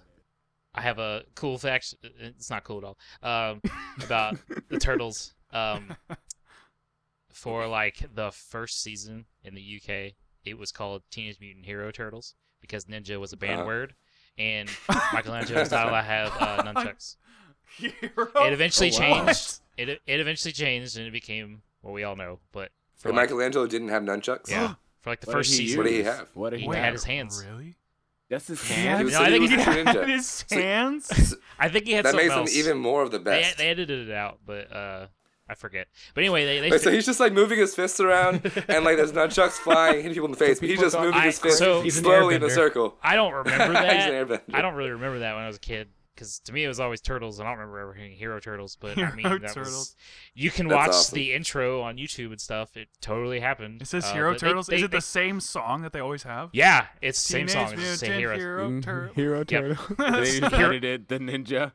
I have a cool fact. It's not cool at all. Um, about the turtles. Um, for like the first season in the UK, it was called Teenage Mutant Hero Turtles because ninja was a banned Uh-huh. word, and Michelangelo was not allowed to have (laughs) uh, nunchucks. Hero. It eventually Oh, wow. changed. It it eventually changed and it became what we all know. But for And like, Michelangelo didn't have (gasps) (gasps) nunchucks. yeah, for like the What first did he season. What did he use? have? What did he He Wait, had have? his hands. Really? That's his Yeah, hand. dude. No, I think he He was a had ninja. his hands. I think he had that something makes him else. even more of the They- best. They, edited it out, but uh, I forget. But anyway, they, they Wait, so he's just like moving his (laughs) fists around, and like there's nunchucks flying, hitting people in the face. But he's people just thought- moving I- his fists so- He's an slowly in a airbender. circle. I don't remember He's an that. airbender. I don't really remember that when I was a kid because to me it was always turtles. and I don't remember ever hearing Hero Turtles, but I mean Hero that was. Turtles. You can That's watch awesome. the intro on YouTube and stuff. It totally happened. Is this Uh, Hero but they- Turtles? they- Is it they- the same song that they always have? Yeah, it's the same song. Teenage It's the same Mutant hero. Mm-hmm. Mm-hmm. Hero (laughs) Mhm. Turtle. Hero turtle. (laughs) they just Hero- edited the ninja.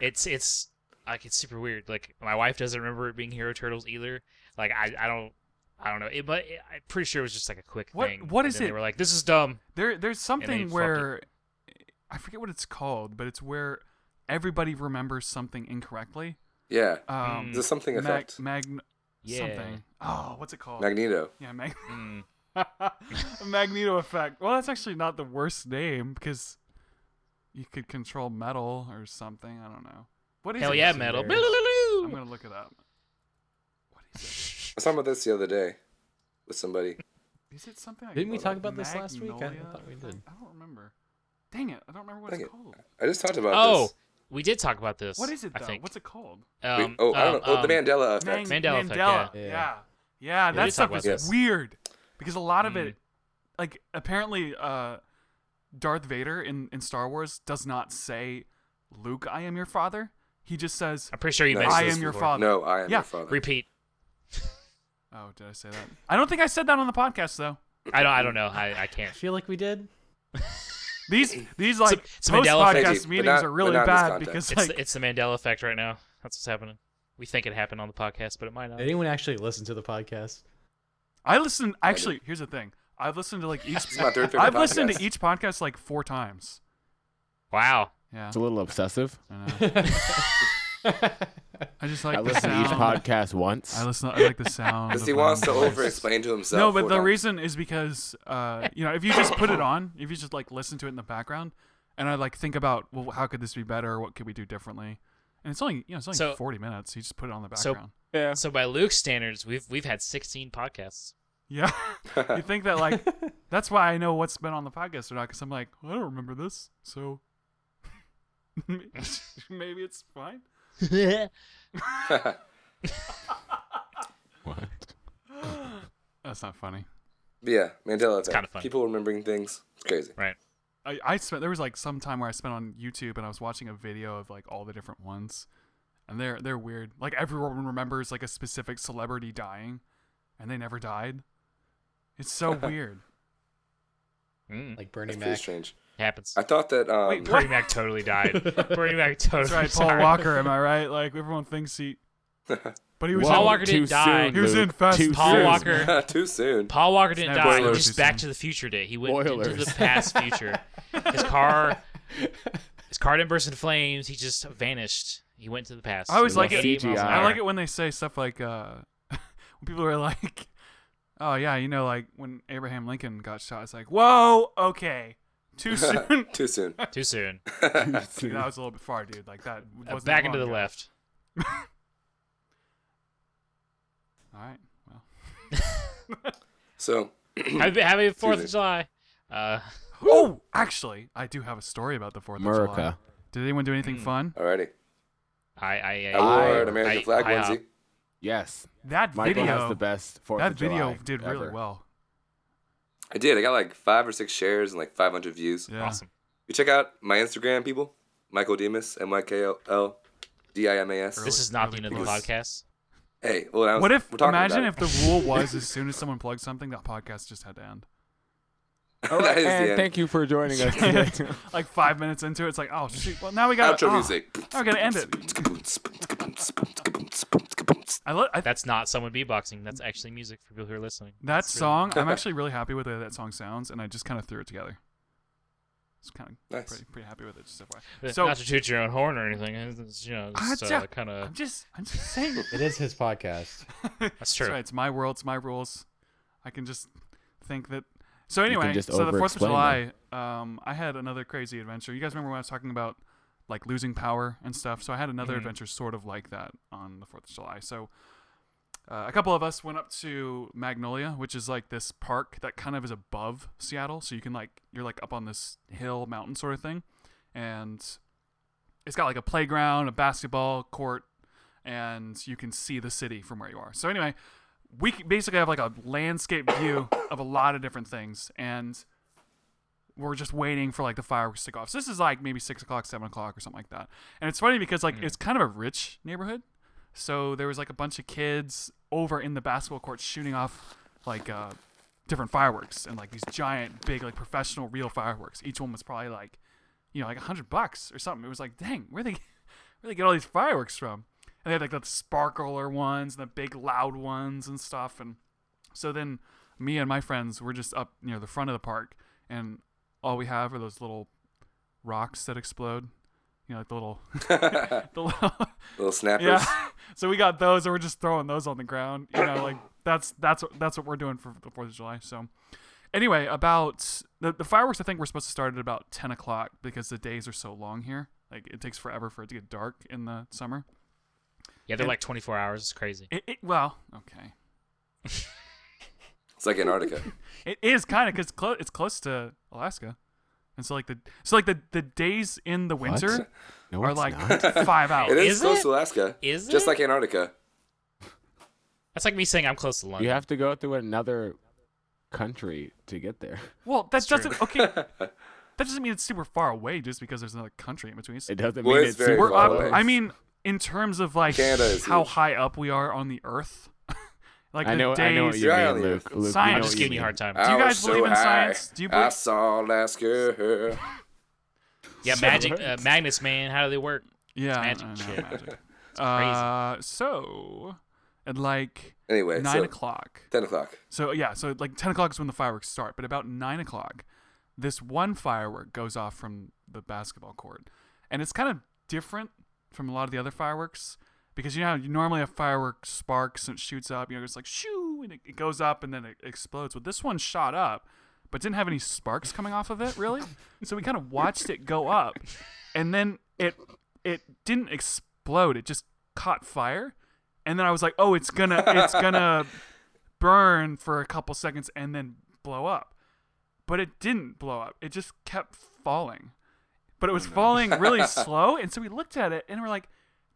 It's it's like it's super weird. Like my wife doesn't remember it being Hero Turtles either. Like I I don't I don't know. It, but it, I'm pretty sure it was just like a quick What- thing. what is and then They it? were like, this is dumb. There, there's something fuck it. where I forget what it's called, but it's where everybody remembers something incorrectly. Yeah, Um, there's something mag, effect. mag, Mm. Yeah. something. Oh, what's it called? Magneto. yeah, mag, Mm. (laughs) Magneto effect. Well, that's actually not the worst name because you could control metal or something. I don't know. What is Hell it? yeah, It's metal. hilarious. I'm Blah-la-la-loo. gonna look it up. What is it? I was talking about this the other day with somebody. Is it something? Didn't we called, talk like, about this last week? I Magnolia? thought we I don't- did. I don't remember. Dang it! I don't remember what Dang it's it. called. I just talked about Oh, this. we did talk about this. What is it I though? think. What's it called? Wait, um, oh, I don't know. um, Oh, the um, Mandela effect. Mang- Mandela effect, Mandela. yeah. Yeah. Yeah. Yeah. we that did talk stuff about was this. weird because a lot of Mm. it, like apparently, uh, Darth Vader in in Star Wars does not say, "Luke, I am your father." He just says, I'm pretty sure you No. mentioned "I this am your (laughs) before. father." No, I am Yeah. your father. Repeat. Oh, did I say that? I don't think I said that on the podcast though. I don't. I don't know. I, I (laughs) I can't. feel like we did. These these like it's post Mandela effect. podcast But meetings not- are but really not in this bad context. because It's like the, it's the Mandela effect right now. That's what's happening. We think it happened on the podcast, but it might not. Did anyone actually listen to (laughs) the podcast? I listen. do. Actually, here's the thing. I've listened to (laughs) like each. This is my third favorite I've listened podcast. to each podcast like four times. Wow. Yeah, It's a little obsessive. I, know. I I just like I the listen to each sound. podcast once. I listen. I like the sound. Because of he my wants own to voice. over-explain to himself. No, but what the I'm- reason is because uh, you know if you just put it on, if you just like listen to it in the background, and I like think about well, how could this be better? What could we do differently? And it's only you know it's only So- forty minutes. You just put it on the So- background. yeah. So by Luke's standards, we've we've had (laughs) 16 podcasts. yeah, you think that like (laughs) that's why I know what's been on the podcast or not because I'm like well, I don't remember this, so (laughs) maybe it's fine. What? That's not funny. yeah, Mandela effect. kinda funny. People remembering things. It's crazy. right. I, I spent there was like some time where I spent on YouTube and I was watching a video of like all the different ones, and they're they're weird. Like everyone remembers like a specific celebrity dying, and they never died. It's (laughs) so weird. Mm. like Bernie It's pretty Mac. strange. happens. I thought that. Um, Wait, (laughs) Bernie Mac totally died. Bernie Mac (laughs) totally That's right, Paul died. Walker. Am I right? Like everyone thinks (laughs) he, but he was Paul in- Walker didn't too die. Soon, He was Luke. in Fast Too Paul soon. Walker. (laughs) Too soon. Paul Walker didn't Snap die. He spoilers. just back to the future did. He went into Spoilers. the past future. His (laughs) car, his car didn't burst into flames. He just vanished. He went to the past. I always He like went it. 88 miles an I hour. like it when they say stuff like, uh, (laughs) when people are like, oh yeah, you know, like when Abraham Lincoln got shot. It's like, whoa, okay, (laughs) too soon. Too soon. Too soon. (laughs) (laughs) Dude, that was a little bit far, dude. Like that. Uh, wasn't back that into the long ago. left. All right. Well. So, (clears throat) Happy, happy Fourth of soon. July. Uh, Oh, actually, I do have a story about the Fourth of July. America. Did anyone do anything fun? alrighty. I, I, I, I wore an I- American I- flag I- uh, onesie. Yes. That Michael video. has the best Fourth that of video July did really ever. well. I did. I got like five or six shares and like 500 views. Yeah. Awesome. You check out my Instagram, people. Michael Demas, M Y K O L D I M A S. This is not the really end of the close. podcast. Hey, well, that was, What if? we're talking Imagine if about the rule was as soon as someone plugged something, that podcast just had to end. it. Oh, (laughs) that is the and end. thank you for (laughs) joining us today. like five minutes into it, it's like, oh shoot! Well, now we got Outro oh, music. Now we gotta end it. I, lo- I That's not someone beatboxing. That's actually music for people who are listening. that It's really- song. I'm actually really happy with the way that song sounds, and I just kind of threw it together. It's kind of Nice. pretty, pretty happy with it. Just FYI. But So- not to toot your own horn or anything. It's, it's, you know, I just, ju- uh, kind of. I'm just, I'm just saying. (laughs) It is his podcast. That's true. right. It's my world. It's my rules. I can just think that. So can anyway, just so the Fourth of over-explain July, um, I had another crazy adventure. You guys remember when I was talking about like losing power and stuff? So I had another Mhm. adventure sort of like that on the Fourth of July. So uh, a couple of us went up to Magnolia, which is like this park that kind of is above Seattle. So you can like you're like up on this hill mountain sort of thing, and it's got like a playground, a basketball court, and you can see the city from where you are. So anyway, we c- basically have like a landscape view of a lot of different things, and we're just waiting for like the fireworks to go off. So this is like maybe six o'clock, seven o'clock, or something like that. And it's funny because like it's kind of a rich neighborhood, so there was like a bunch of kids over in the basketball court shooting off like uh, different fireworks and like these giant, big, like professional, real fireworks. Each one was probably like, you know, like a hundred bucks or something. It was like, dang, where they (laughs) where they get all these fireworks from? And they had like the sparkler ones and the big loud ones and stuff. And so then me and my friends were just up near the front of the park, and all we have are those little rocks that explode. You know, like the little, (laughs) the little Little snappers. yeah. (laughs) So we got those, and we're just throwing those on the ground. You know, like that's that's that's what we're doing for the Fourth of July. So, anyway, about the, the fireworks, I think we're supposed to start at about ten o'clock because the days are so long here. Like it takes forever for it to get dark in the summer. Yeah, they're And- like 24 hours. It's crazy. It, it well, okay, It's like Antarctica. it is kind of because clo- it's close to Alaska, and so like the so like the the days in the winter No, are it's like (laughs) not. five hours. It is, Is close it? to Alaska. Is Just it? like Antarctica. That's like me saying I'm close to London. You have to go through another country to get there. Well, that true. doesn't okay. That doesn't mean it's super far away just because there's another country in between. It's It doesn't Well, mean it's it's, very super We're far far up. away. away. I mean, in terms of like Canada is how huge. high up we are on the Earth, (laughs) like I know, the days. I know what you You're out mean, of the Luke. earth. Luke, you Science. know I'm know just what giving you a mean. (laughs) hard time. you I was guys believe in science? Do you I believe- saw Alaska. yeah, So magic, what? uh, Magnus, man. How do they work? yeah, It's I magic know, shit. magic. Uh, so at like Anyway, nine so o'clock. ten o'clock. So yeah, so like ten o'clock is when the fireworks start, but about nine o'clock, this one firework goes off from the basketball court, and it's kind of different from a lot of the other fireworks because you know how you normally a firework sparks and it shoots up, you know, it's like shoo and it, it goes up and then it explodes. Well, this one shot up, but didn't have any sparks coming off of it really, so we kind of watched it go up, and then it it didn't explode, it just caught fire, and then I was like, oh, it's gonna it's gonna burn for a couple seconds and then blow up. But it didn't blow up. It just kept falling. But it Oh, was falling really (laughs) slow, and so we looked at it and we're like,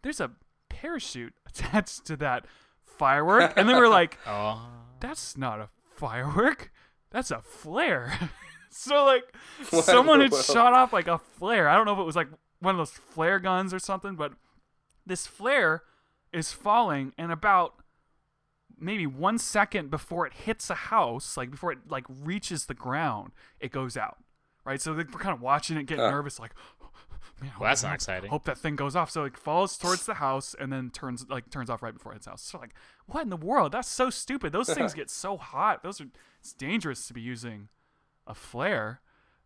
there's a parachute (laughs) attached to that firework. And then (laughs) we're like, Oh, that's not a firework. That's a flare. (laughs) so like (laughs) someone the had world? shot off like a flare. I don't know if it was like one of those flare guns or something, but this flare is falling and about maybe one second before it hits a house, like before it like reaches the ground, it goes out. Right? So like, we're kind of watching it, getting Huh. nervous, like (gasps) Man, I hope Well, that's that- not exciting. Hope that thing goes off. So it falls towards the house and then turns like turns off right before its house. So like, what in the world? That's so stupid. Those (laughs) things get so hot. Those are it's dangerous to be using a flare.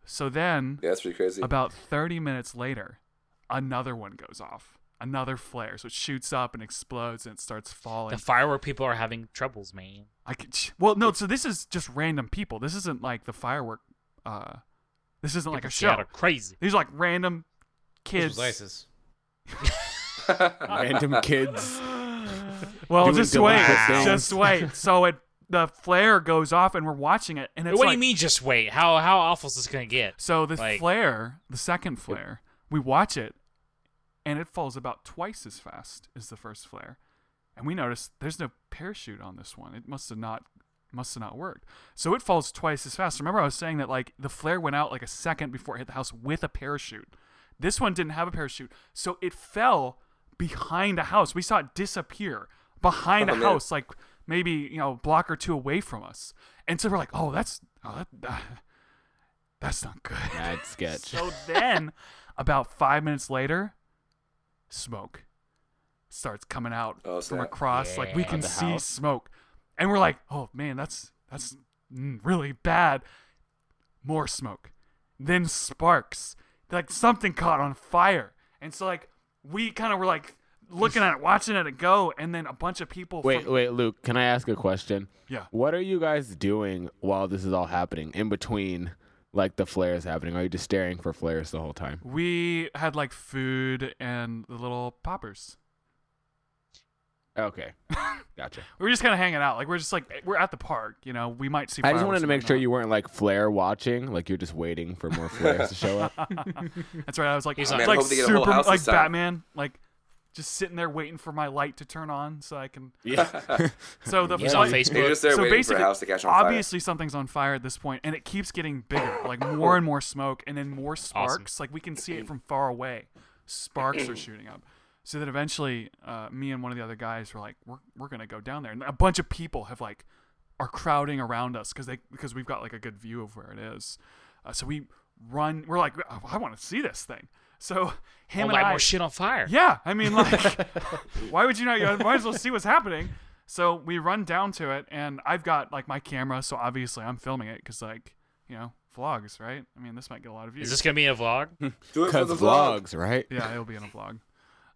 So then Yeah, that's pretty crazy. (laughs) about 30 minutes later, another one goes off. Another flare. So it shoots up and explodes and it starts falling. the firework people are having troubles, man. I could, well, no, so this is just random people. This isn't like the firework uh this isn't like a People in show. Seattle are crazy. These are like random This kids. was ISIS. (laughs) Random kids. Well, doing just wait, deliberate things. just wait. So it the flare goes off, and we're watching it, and it's What do like- you mean? Just wait. How how awful is this gonna get? So the Like- flare, the second flare, we watch it, and it falls about twice as fast as the first flare, and we notice there's no parachute on this one. It must have not must have not worked. So it falls twice as fast. Remember, I was saying that like the flare went out like a second before it hit the house with a parachute. This one didn't have a parachute, so it fell behind a house. We saw it disappear behind Oh, a man. house, like maybe you know a block or two away from us. And so we're like, oh, that's oh, that, that's not good. Mad sketch. (laughs) So then, about five minutes later, smoke starts coming out Oh, from snap. across. Like we Yeah. can The see house? smoke, and we're like, "Oh man, that's that's mm, really bad." More smoke, then sparks. Like something caught on fire, and so like we kind of were like looking at it, watching it go, and then a bunch of people. Wait, from- wait, Luke. Can I ask a question? yeah. What are you guys doing while this is all happening? In between, like the flares happening, are you just staring for flares the whole time? We had like food and the little poppers. Okay, (laughs) gotcha. We were just kind of hanging out. Like we're just like we're at the park. You know, we might see. I just wanted fireworks, to we make might sure not. you weren't like Flair watching, like you're just waiting for more flares to show (laughs) up. That's right. I was like, He's He's like, like- Man, I hope they get a whole super, house like this time. Batman, like just sitting there waiting for my light to turn on so I can. (laughs) Yeah. So the He's flight- on You're Facebook. just there so waiting for a basically, house to catch on fire. obviously something's on fire at this point, and it keeps getting bigger, (laughs) like more and more smoke, and then more sparks. Like we can see it from far away. Sparks are shooting up. So then eventually, uh, me and one of the other guys were like, "We're we're gonna go down there," and a bunch of people have like are crowding around us because they because we've got like a good view of where it is. Uh, so we run. We're like, "Oh, "I, want to see this thing." So (laughs) Oh, him and like I more shit on fire. yeah, I mean, like, why would you not? You might as well see what's happening. So we run down to it, and I've got like my camera, so obviously I'm filming it because, like, you know, vlogs, right? I mean, this might get a lot of views. Is this gonna be a (laughs) vlog? Do it for Because the vlog. vlogs, right? yeah, it'll be in a vlog.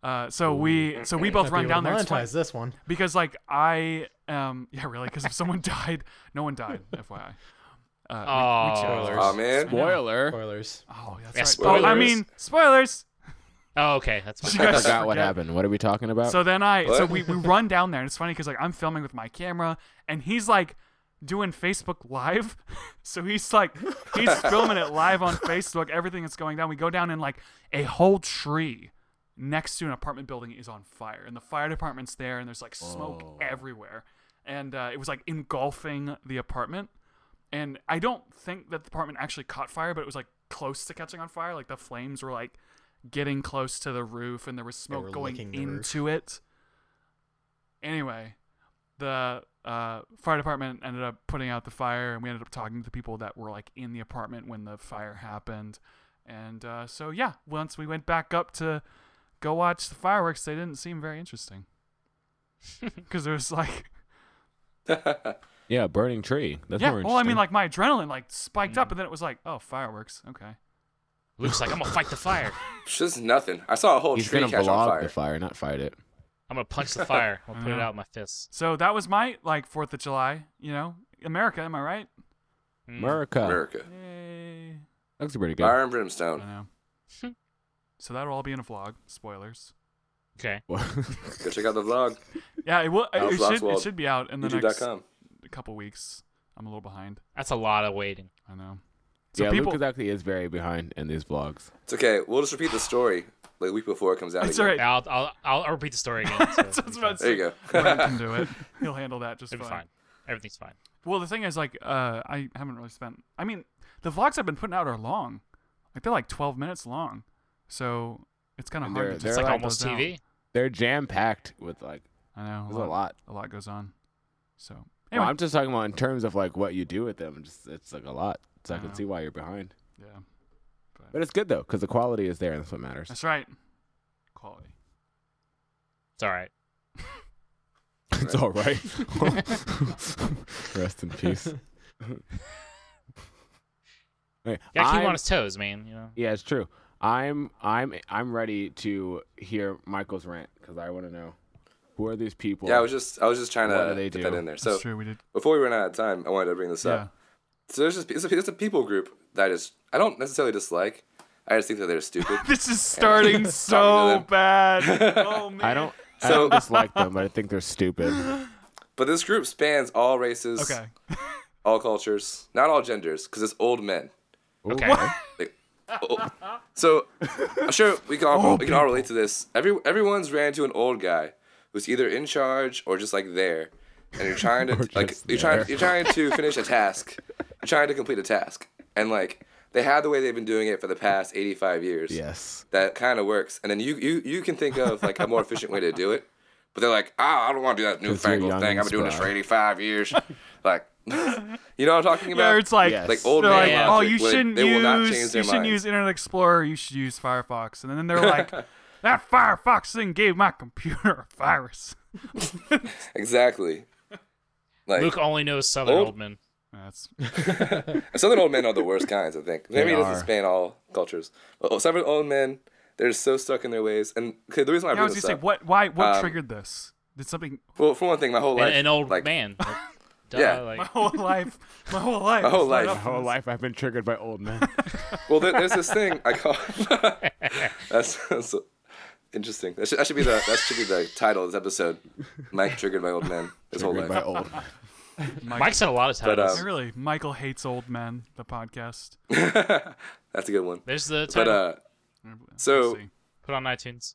Uh, so we so we both Might be run able to down there and explain- Monetize this one. because like I um (laughs) yeah really because if someone died no one died FYI uh, Oh. chose- Spoilers. Aw, man. I know. Spoiler. Spoilers. oh that's Yeah, right spoilers. Oh, I mean spoilers Oh, okay, that's fine. You I guys forgot what forget. happened. What are we talking about? So then I, so What? we, we run down there, and it's funny because like I'm filming with my camera, and he's like doing Facebook Live, (laughs) so he's like he's filming it live on Facebook. Everything that's going down, we go down and like a whole tree next to an apartment building is on fire, and the fire department's there, and there's like smoke Oh. everywhere, and uh, it was like engulfing the apartment. And I don't think that the apartment actually caught fire, but it was like close to catching on fire. Like the flames were like getting close to the roof, and there was were smoke going licking the roof. into it. Anyway, the uh, fire department ended up putting out the fire, and we ended up talking to the people that were like in the apartment when the fire happened. And uh, so yeah, once we went back up to go watch the fireworks, they didn't seem very interesting (laughs) because it was like yeah, burning tree. That's yeah. more Well, I mean, interesting. like my adrenaline like spiked Mm. up, and then it was like, oh, fireworks. Okay. Luke's like, I'm gonna fight the fire. (laughs) It's just nothing. I saw a whole he's Oh, tree gonna catch vlog on fire. the fire, not fight it. I'm gonna punch the fire. I'll put it Uh-huh. out with my fists. So that was my like Fourth of July. You know, America. Am I right? Mm. America. America. Yay. Looks pretty good. (laughs) Fire and I brimstone. know. Hmm. so that'll all be in a vlog. Spoilers. Okay. Go check out the vlog. Yeah, it will. Alex It should, it Oswald. should be out in the next YouTube.com. couple weeks. I'm a little behind. That's a lot of waiting. I know. So yeah, people, Lucas actually is very behind in these vlogs. It's okay. We'll just repeat the story like a week before it comes out. It's again. alright. I'll, I'll, I'll, I'll repeat the story (laughs) again. So That's what I was it'll be about to fine. say. There you Brandon go. can do it. He'll handle that just It'll be fine. fine. Everything's fine. Well, the thing is, like, uh, I haven't really spent. I mean, the vlogs I've been putting out are long. Like they're like 12 minutes long, so it's kind of And hard they're- to they're just It's like cut almost those out. TV. They're jam packed with like I know. there's a lot. A lot goes on. So Well, anyway, I'm just talking about in terms of like what you do with them. Just it's like a lot, so I Yeah. can see why you're behind. yeah, But it's good though, because the quality is there, and that's what matters. that's right. Quality. It's all right. (laughs) it's all right. Rest in peace. Wait, You gotta keep him I'm- on his toes, man. You know. Yeah, it's true. I'm I'm I'm ready to hear Michael's rant because I want to know who are these (laughs) people. yeah, I was just I was just trying What do to they put do? that in there. That's So true. We did. before we run out of time, I wanted to bring this Yeah. (laughs) up. So there's just it's a, it's a people group that is I don't necessarily dislike. I just think that they're (laughs) stupid. This is starting so Talking to them. bad. Oh man. I don't. I So- don't dislike them, but I think (gasps) they're stupid. but this group spans all races, Okay. all cultures, not all genders, because it's old men. Ooh. Okay. Like, oh. So I'm sure we can (laughs) all we can all relate to this. Every everyone's ran to an old guy who's either in charge or just like there, and you're trying (laughs) to like just you're trying there. you're trying to finish a task, (laughs) you're trying to complete a task, and like they have the way they've been doing it for the past 85 years. Yes. That kind of works, and then you you you can think of like a more efficient way to do it, but they're like, ah, I don't want to do that newfangled young thing. and I've been doing this for spry." 85 (laughs) years, like. (laughs) You know what I'm talking about? Yeah, it's like Yes. Like old they're man like, Yeah. oh, logic, you where shouldn't they will not change use their you shouldn't mind. use Internet Explorer. You should use Firefox. And then they're like, that Firefox thing gave my computer a virus. Exactly. Like Luke only knows Southern Oh. old men. (laughs) That's Southern old men are the worst kinds, I think. Maybe it doesn't are. span all cultures. But oh, Southern old men, they're so stuck in their ways. And okay, the reason why I yeah, I bring was gonna this say up, what? Why? What Um, triggered this? Did something? (laughs) well, for one thing, my whole An, life, an old like, (laughs) man. Like, duh, Yeah. My like, whole life. My whole life. My whole is led life. up My to whole this. life I've been triggered by old men. Well, there, there's this thing I call. (laughs) that's, that's Interesting. That should, that should be the that should be the title of this episode. Mike triggered by (laughs) old men his whole Triggered by life. old men. Mike, Mike's had a lot of But, titles. um, really, Michael hates old men. The podcast. (laughs) That's a good one. There's the But title. uh, So- see. Put (laughs) on iTunes.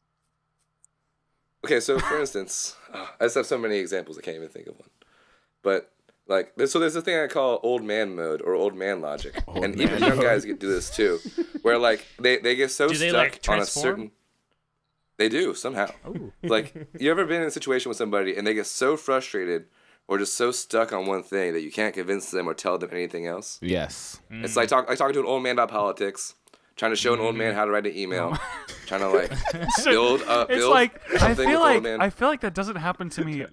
Okay, so for instance, uh, I just have so many examples I can't even think of one. But like, there's, so there's a thing I call old man mode or old man logic, Old and man even young guys get do this too, where like they, they get so Do they, stuck like, on a transform? certain. They do somehow. Oh. (laughs) like you ever been in a situation with somebody and they get so frustrated or just so stuck on one thing that you can't convince them or tell them anything else. Yes. It's Mm. like talk, like talking to an old man about politics, trying to show an Mm. old man how to write an email, trying (laughs) to like build up. It's build like I something with feel old like man. I feel like that doesn't happen (laughs) to me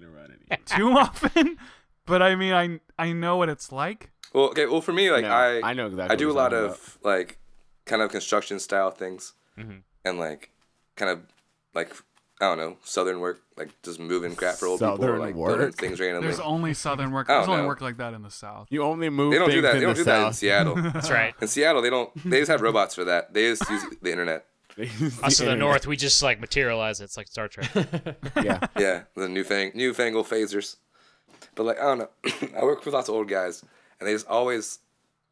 too often, (laughs) but I mean I I know what it's like. Well, okay. Well, for me, like No, I, I know exactly I do a what lot you're of talking like kind of construction style things, Mm-hmm. and like kind of like I don't know southern work, like just moving crap for old people, or, Southern like building work? things randomly. There's only southern work. I There's don't only know. work like that in the South. You only move they don't things do that. in They don't the do that in south. Seattle. (laughs) That's right. in Seattle, they don't. They just have robots for that. They just use the internet. (laughs) Us in the north, we just like materialize. It. It's like Star Trek. Yeah. Yeah, the new fang, newfangled phasers. But like I don't know, (clears throat) I work with lots of old guys, and they just always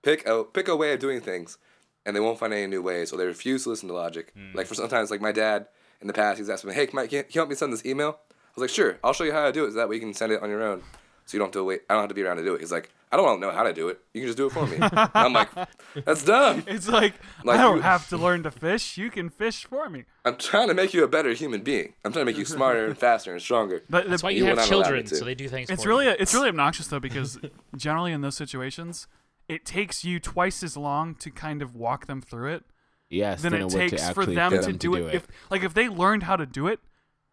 pick a pick a way of doing things, and they won't find any new ways, or they refuse to listen to logic. Like for sometimes, like my dad in the past, he's asked me, "Hey, Mike, can can you help me send this email?" I was like, "Sure, I'll show you how to do it. So that way you can send it on your own, so you don't have to wait. I don't have to be around to do it." He's like, "I don't want to know how to do it. You can just do it for me." And I'm like, "That's dumb. It's like, Like I don't you- have to learn to fish. You can fish for me. I'm trying to make you a better human being. I'm trying to make you smarter and faster and stronger." But the- (laughs) That's why You you were have not allowed children, to. so they do things. it's for really you. it's really obnoxious though because (laughs) generally in those situations, it takes you twice as long to kind of walk them through it Yes. than Then it takes for actually them get to do it. If like if they learned how to do it,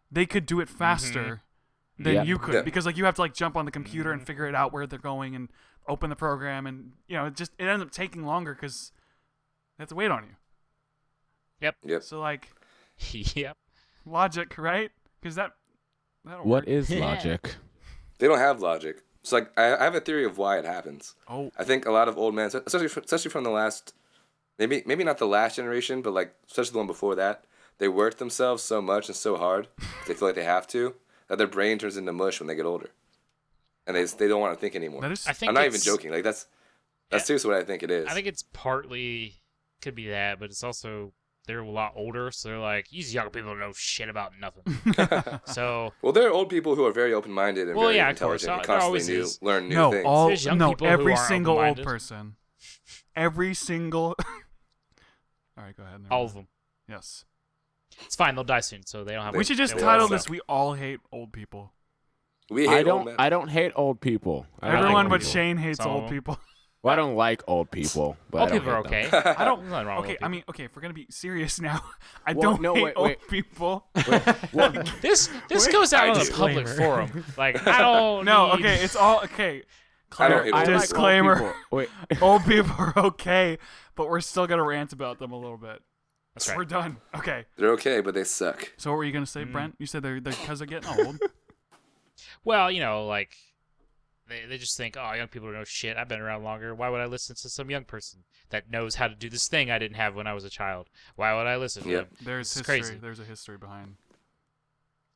they could do it faster than Yep. you could Yeah. because like you have to like jump on the computer and figure it out where they're going and open the program and you know it just it ends up taking longer because they have to wait on you. Yep. So like (laughs) yep. logic, right? Because that that'll work. What is logic? They don't have logic. It's like I I have a theory of why it happens. Oh, I think a lot of old men, especially especially from the last, maybe maybe not the last generation, but like especially the one before that, they work themselves so much and so hard, they feel like they have to, that their brain turns into mush when they get older, and they they don't want to think anymore. that is I think I'm not even it's- joking. Like that's that's Yeah. seriously what I think it is. I think it's partly could be that, but it's also they're a lot older, so they're like these young people know shit about (laughs) nothing. so well, there are old people who are very open minded and Well, very yeah, of course. intelligent and There constantly always new, is. learn new no, things. all There's young no, people who every are single old open-minded. person, every single. (laughs) all right, go ahead. never all of mind. them. Yes, It's fine. They'll die soon, so they don't have. we should just they won't title suck. this "We All Hate Old People." we hate I old don't. men. I don't hate old people. I don't Everyone like but people. Shane hates Some of old them. people. Well, I don't like old people. But All I don't people are hate them. okay. I don't- There's nothing wrong with Okay, old I mean, okay, if we're gonna be serious (laughs) now, I Well, don't no, hate wait, old wait. people. people. this this Wait, goes out I on a (laughs) do. public Disclaimer. forum. Like I don't. no, need- okay, it's all okay. I don't Claire, hate old people. disclaimer: I like old people. Wait. old people are okay, but we're still gonna rant about them a little bit. That's right. We're done. Okay. They're okay, but they suck. So what were you gonna Mm. say, Brent? You said they're because they're (laughs) getting old. Well, you know, like they, they just think, oh, young people don't know shit. I've been around longer. Why would I listen to some young person that knows how to do this thing I didn't have when I was a child? Why would I listen to Yep. them? There's This is history. crazy. There's a history behind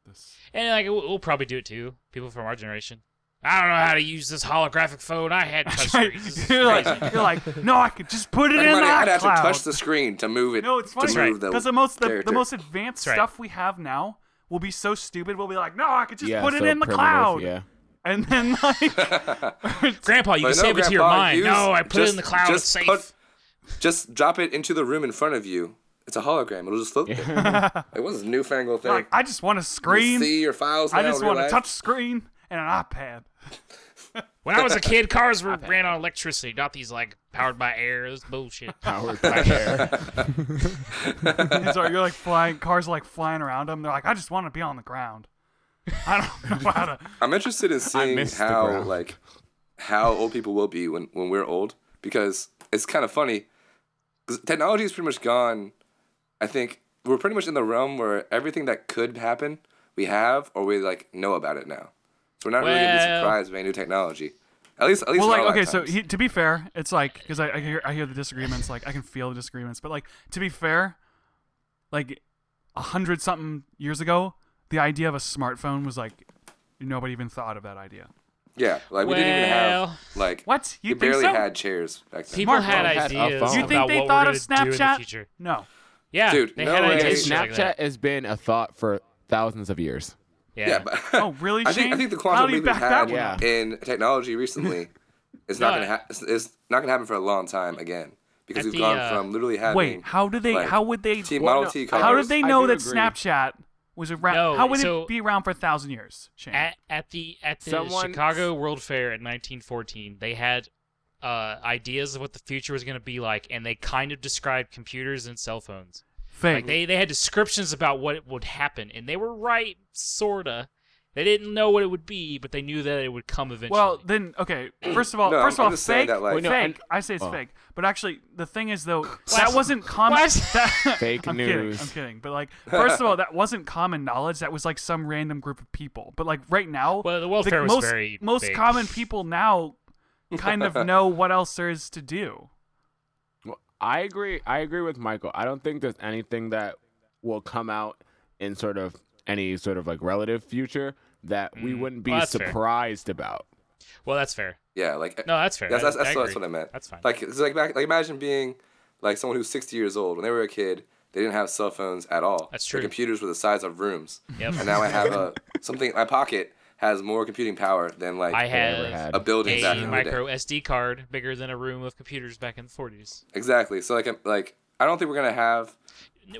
this. And like we'll, we'll probably do it too. People from our generation. I don't know how to use this holographic phone. (laughs) I had touch screens. This is you're crazy." like, you're like, no, I could just put it in Everybody, the I'd have to iCloud." touch the screen to move it. No, it's funny to right, move the because the most the, the character. most advanced That's right. stuff we have now will be so stupid. We'll be like, no, I could just Yeah, put it so in the primitive, cloud, Yeah. and (laughs) then like, Grandpa, you can But no, save it to your Grandpa, mind. use- No, I put it in the cloud. it's safe. put- just drop it into the room in front of you. It's a hologram. It'll (laughs) just float there. it was a newfangled thing. like, I just want a you screen. see your files now I just in real want a life. touch screen and an (laughs) iPad. when I was a kid, cars were ran on electricity, not these like powered by air. It was bullshit. Powered by (laughs) air. And so you're like flying cars, are, like flying around them. They're like, I just want to be on the ground. I don't (laughs) know how to. (laughs) I'm interested in seeing missed the how ground. like how old people will be when when we're old because it's kind of funny. 'Cause Technology is pretty much gone. I think we're pretty much in the realm where everything that could happen we have or we like know about it now. So we're not really gonna be Well- surprised by any new technology. At least, at least. well, in like our okay, so lifetimes. he, to be fair, it's like because I, I hear I hear the disagreements, like I can feel the disagreements, but like to be fair, like a hundred something years ago, the idea of a smartphone was like nobody even thought of that idea. Yeah, like we didn't even Well- have like What? You we think barely so? had chairs back then. People Smartphone had had a ideas. phone. you think about they what thought we're of gonna do in the Snapchat? future. No. Yeah, Dude, they no had way. Yeah, ideas. It's like that. Snapchat has been a thought for thousands of years. Yeah. yeah, but Oh, really, (laughs) I think I Shane? think the How quantum do you leap we've back that had one up? in (laughs) technology recently is not No, gonna ha- it's, it's not gonna happen for a long time again At because we've the, gone uh, from literally having Wait, how do they? like, how would they? T- Well, Model no, T I- cars. How did they I know do that agree. Snapchat was around? No, how would so- it be around for a thousand years, Shane? At, at the at the Someone- Chicago World Fair in 1914, they had uh, ideas of what the future was going to be like, and they kind of described computers and cell phones. Fake. Like they they had descriptions about what it would happen, and they were right, sorta. They didn't know what it would be, but they knew that it would come eventually. well, then okay. First of (clears throat) all, No, first of I'm all, just saying fake. that, like- Wait, no, fake. and- I say it's Oh. fake, but actually, the thing is though, that wasn't common. (laughs) Wes- that- Fake I'm Kidding, I'm news. kidding. But like, first of all, that wasn't common knowledge. That was like some random group of people. But like right now, Well, the World Fair was most very most big. common people now kind (laughs) of know what else there is to do. Well, I agree. I agree with Michael. I don't think there's anything that will come out in sort of any sort of like relative future that we wouldn't be Well, that's fair. surprised about. well, that's fair. yeah like No, that's fair. that's I- that's, I that's, agree. that's what I meant That's fine. like it's like back like imagine being like someone who's 60 years old when they were a kid they didn't have cell phones at all That's Their true. computers were the size (laughs) of rooms Yep. and now I have a something my pocket has more computing power than like I ever have had. a building back a in the day. micro SD card bigger than a room of computers back in the 40s. Exactly. So like I'm- like I don't think we're gonna have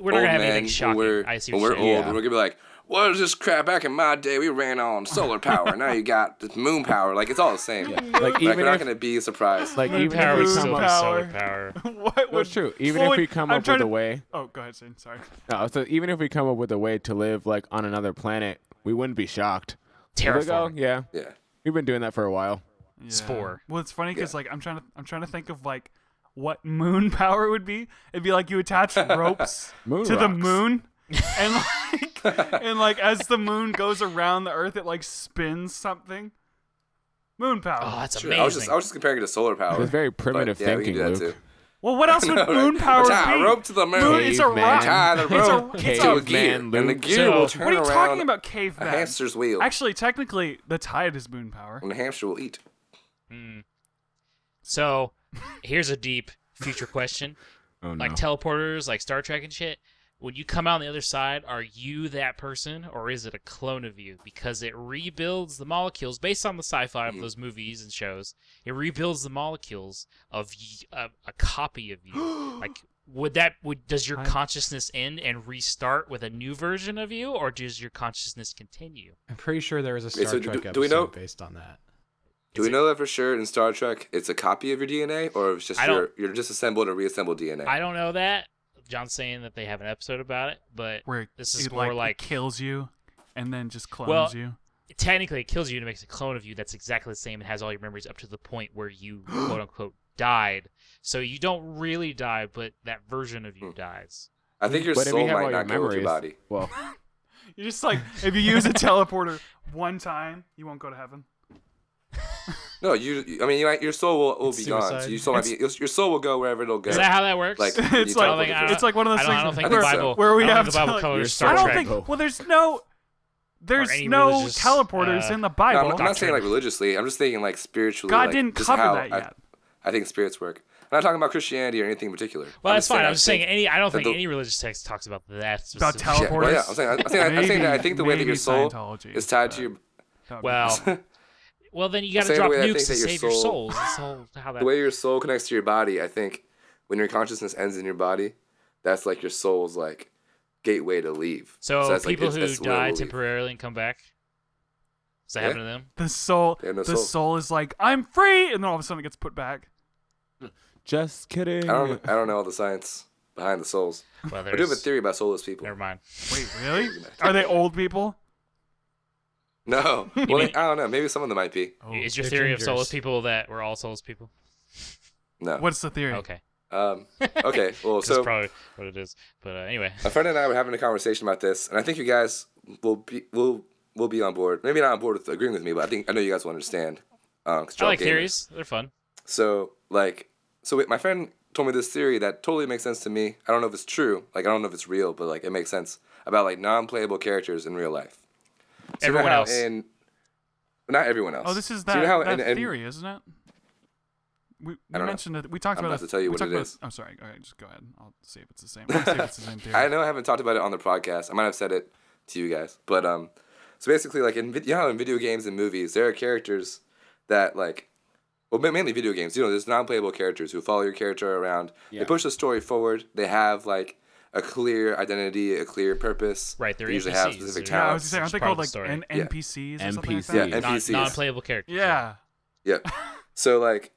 We're not old gonna have men anything shocking. when we're, I see when what we're you're old. saying. Yeah. We're gonna be like, what is this crap? Back in my day, we ran on solar power. now you got this moon power. Like it's all the same. Like, Like even we're not if gonna be surprised. like Moon even power if we is Moon still come up, power. solar power. what no, it's would- true. Even what if would- we come I'm up trying with to- a way, Oh, go ahead, Shane. Sorry. no, so even if we come up with a way to live like on another planet, we wouldn't be shocked. We'd be like, oh, Terraform. yeah, yeah. we've been doing that for a while. Yeah. Spore. Um, Well, it's funny because like I'm trying to I'm trying to think of like what (laughs) moon power would be. It'd be like you (laughs) attach ropes Moon to the rocks. moon, and like and like as the moon goes around the Earth, it like spins something. Moon power. Oh, that's Sure, amazing. I was just I was just comparing it to solar power. It's very But, primitive yeah, we can thinking, do that Luke. too. well, what (laughs) else would Like, moon power Tie be? a rope to the moon. moon, it's a Caveman. rock. Tie the It's a- rope it's to a- a gear, and Caveman the Luke. gear So- will What turn What are you around talking about, a caveman? hamster's wheel, Actually, technically, the tide is moon power. and the hamster will eat. So, here's a deep future question. (laughs) Oh, no. Like teleporters, like Star Trek and shit. When you come out on the other side, are you that person or is it a clone of you? Because it rebuilds the molecules based on the sci-fi Hmm. of those movies and shows. It rebuilds the molecules of y- of a copy of (gasps) you. like would that would does your I- consciousness end and restart with a new version of you or does your consciousness continue? I'm pretty sure there was a Star Wait, so do- Trek do episode we know- based on that. Do Is we it- know that for sure in Star Trek? It's a copy of your DNA, or it's just I your don't- your disassembled or reassembled DNA. I don't know that. John's saying that they have an episode about it, but Where this is it, more it like kills you, and then just clones Well, you. technically it kills you and it makes a clone of you that's exactly the same and has all your memories up to the point where (gasps) you quote unquote died. So you don't really die, but that version of you Hmm. dies. I think your but if soul you have all might your not go with memories, your body. well, You're just like if you use a teleporter one time, you won't go to heaven. (laughs) No, you. I mean, you, your soul will, will be gone. So suicide. your soul might be. Your your soul will go wherever it'll go. Is that how that works? Like when It's you like- teleport I to don't- it's like one of those I don't, things I don't think where- the Bible where we I don't have to, think the Bible like- You're colors so Star I don't Trek. think. Well, there's no, there's any no religious, teleporters uh, in the No, Bible. I'm, I'm not saying like Doctrine. religiously. I'm just thinking like spiritually. God like, didn't just cover how that I- yet. I, think spirits work. I'm not talking about Christianity or anything in particular. (laughs) Well, that's fine. I I'm just saying think- any. I don't that think the- any religious text talks about that. About Specific. tele- Yeah, well, yeah. Teleporters? I'm saying. I'm saying. I'm saying that I Maybe- think the way that maybe your soul Scientology, is tied but- to your Well, well, then you got to Same drop way I think nukes that to your save your soul- souls. That's all how that. (laughs) the way your soul connects to your body. I think when your consciousness ends in your body, that's like your soul's like gateway to leave. So, that's, like, people it's- who that's the way it die will leave. temporarily and come back. Does that Yeah. happen to them? the soul, They have no the soul. soul. is like I'm free, and then all of a sudden it gets put back. just kidding. I don't. I don't know all the science behind the souls. Well, I do have a there's. theory about soulless people. Never mind. Wait, (laughs) really? Are they old people? (laughs) No. Well, I don't know. Maybe some of them might be. Oh. Is your they're theory of soulless gingers. people that we're all soulless people? No. What's the theory? Okay, (laughs) Um, okay. Well, 'Cause that's so probably what it is. But uh, anyway, a friend and I were having a conversation about this, and I think you guys will be will will be on board. Maybe not on board with agreeing with me, but I think I know you guys will understand. Um, 'cause I you're all like gamers. theories. They're fun. So like, so wait, my friend told me this theory that totally makes sense to me. I don't know if it's true. Like, I don't know if it's real, but like, it makes sense. about like non-playable characters in real life. So you know Everyone how else. in- not everyone else. Oh, this is So that, you know how that in- in- theory, isn't it? We, we don't know. mentioned it. We talked I'm about about it. to tell you we what talked it about- is. Oh, sorry. Okay, just go ahead. I'll see if it's the same. I'll see if it's (laughs) the same theory. I know I haven't talked about it on the podcast. I might have said it to you guys, but um, so basically, like in vid- you know, how in video games and movies, there are characters that like, well, ma- mainly video games. You know, there's non-playable characters who follow your character around. Yeah. They push the story forward. They have like a clear identity, a clear purpose. Right, they're They usually have NPCs. specific They're- Yeah, I talents. was saying, aren't they Part called of the like story. N- Yeah. NPCs or something like that? NPCs. Yeah, Non- NPCs. non-playable characters. Yeah. Yep. so like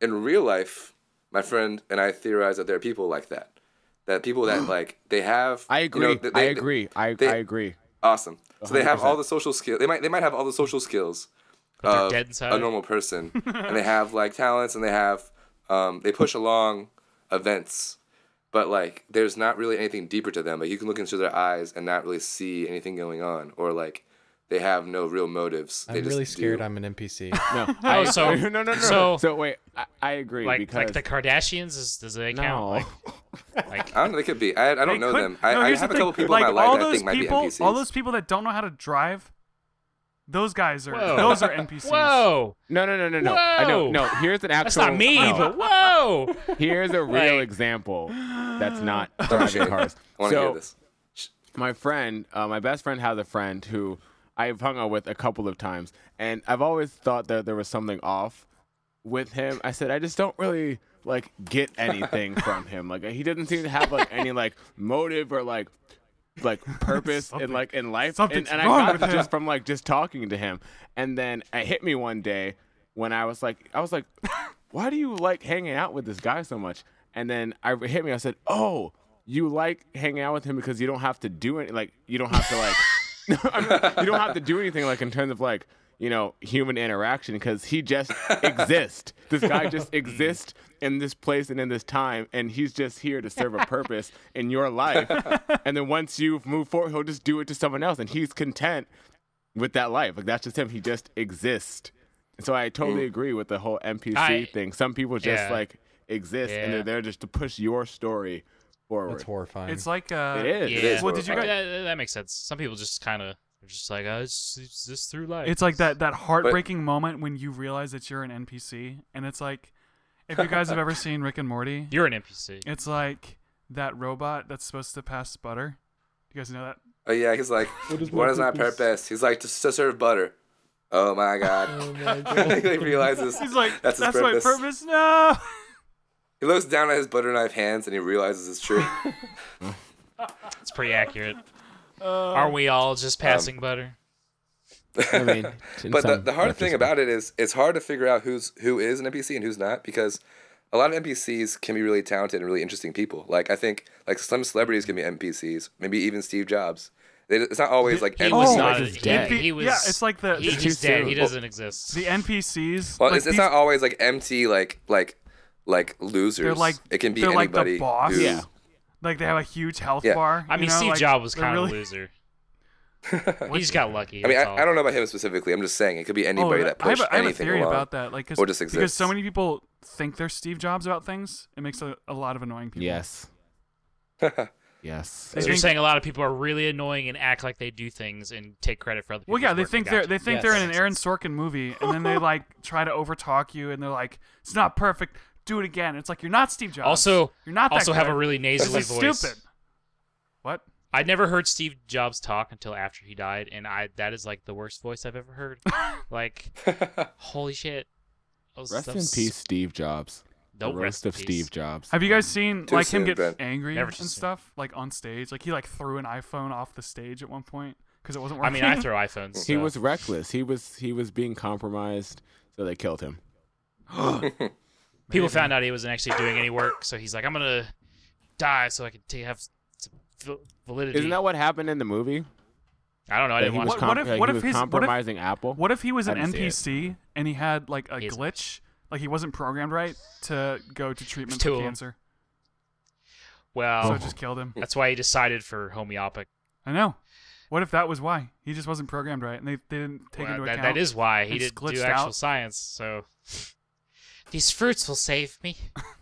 in real life, my friend and I theorize that there are people like that. That people that like they have I you agree. know, that I they- agree. I, they- I agree. Awesome. So they have 100%. all the social skill. They might they might have all the social skills But they're of dead inside. Uh, a (laughs) normal person, and they have like talents, and they have um, they push along events, but like there's not really anything deeper to them. Like you can look into their eyes and not really see anything going on, or like they have no real motives. They I'm really just scared do. I'm an NPC. No. (laughs) Oh, I, so- (laughs) no, no, no, no. so- wait, I, I agree like because like the Kardashians is, does they count? no, Like, (laughs) I don't know. They could be. I, I don't They know could- them. I, no, I here's the have a thing. couple people like, in my life all that I those think might be people, NPCs. All those people that don't know how to drive, those guys are Whoa. those are NPCs. whoa, (laughs) no, no, no, no, no. I know. Whoa! No, here's an actual. that's not me, no. (laughs) but whoa. here's a (laughs) real Like- example that's (sighs) not Don't driving shade. I cars. want to so hear this. my friend, uh, my best friend has a friend who I've hung out with a couple of times, and I've always thought that there was something off with him. I said I just don't really like get (laughs) anything from him. Like he doesn't seem to have like any like motive or like (laughs) like purpose in Something- like in life. And, something's and I wrong got with it him. just from like just talking to him. And then it hit me one day when I was like, I was like, why do you like hanging out with this guy so much? And then I it hit me. I said, oh, you like hanging out with him because you don't have to do it. Like you don't have to like no, I mean, you don't have to do anything like in terms of like you know human interaction because (laughs) he just exists. This guy just exists in this place and in this time, and he's just here to serve a purpose in your (laughs) life. And then once you move forward, he'll just do it to someone else, and he's content with that life. Like that's just him. He just exists. So I totally Mm. agree with the whole NPC I- thing. Some people just Yeah. like exist, and Yeah. they're there just to push your story forward. That's horrifying. It's like uh, It is. Yeah. is Well, did you Like, guys- that, that- that makes sense. Some people just kind of are just like, oh, it's, it's just through life. It's like that that heartbreaking moment when you realize that you're an NPC, and it's like, if you guys have ever seen Rick and Morty, You're an NPC. it's like that robot that's supposed to pass butter. You guys know that? Oh yeah, he's like, what is, my purpose? He's like, to, to serve butter. Oh my god. (laughs) oh my god. he realizes He's like, (laughs) that's that's, his my purpose. purpose. No. He looks down at his butter knife hands and he realizes it's true. It's pretty accurate. Uh, Aren't we all um, just passing butter? I (laughs) mean, in but the, some the hard thing retrospect. about it is it's hard to figure out who's who is an NPC and who's not because a lot of NPCs can be really talented and really interesting people. Like I think like some celebrities can be NPCs, maybe even Steve Jobs. They, it's not always like He NPCs. was Oh, not. he's he- dead. He, was. yeah, it's like the he's the, just too dead. soon. He doesn't (laughs) exist. the NPCs. Well, like it's, it's these- not always like empty, like like like losers. They're like- it can be they're like the anybody. boss. who- yeah. like they have a huge health Yeah. bar. I you mean, know, Steve like, Jobs was they're kind of really- (laughs) a loser. he just got lucky. I mean, that's I, all. I don't know about him specifically. I'm just saying it could be (laughs) anybody that Oh, I have pushed a, I have a anything theory along. about that, like 'cause- or just because so exists. many people think they're Steve Jobs about things. It makes a, a lot of annoying people. (laughs) Yes. yes. They So you're think- saying a lot of people are really annoying and act like they do things and take credit for other people. Well, yeah, they think they're they think Yes. they're in an Aaron Sorkin movie, and then they (laughs) like try to overtalk you, and they're like, "It's not perfect. Do it again." It's like you're not Steve Jobs. Also- you're not. also that have a good. really This nasally is voice. Stupid. What? I never heard Steve Jobs talk until after he died, and I that is like the worst voice I've (laughs) ever heard. (laughs) like, holy shit! Oh, I was- Rest that in was- peace, Steve Jobs. Don't the rest roast in of peace. Steve Jobs. Have you guys seen Too like him soon, get Ben. angry Never too and soon. stuff like on stage? Like he like threw an iPhone off the stage at one point because it wasn't I working. mean, (laughs) I throw iPhones. He so- was reckless. He was he was being compromised, so they killed him. people found out he wasn't actually doing any work, so he's like, I'm gonna die so I can t- have some val- validity. Isn't that what happened in the movie? I don't know. I That didn't he watch. was, What- com- what if- like, what he if was his- what if- compromising (laughs) Apple? What if he was I an didn't see it. NPC and he had like a He's a glitch, like he wasn't programmed right to go to treatment Two for of 'em. Oh. cancer, so Well, it just killed him. that's why he decided for homeopathic. I know. What if that was why he just wasn't programmed right, and they, they didn't take Well, into that, account? (laughs) that is why he It's didn't do glitched actual out. science. So (laughs) these fruits will save me.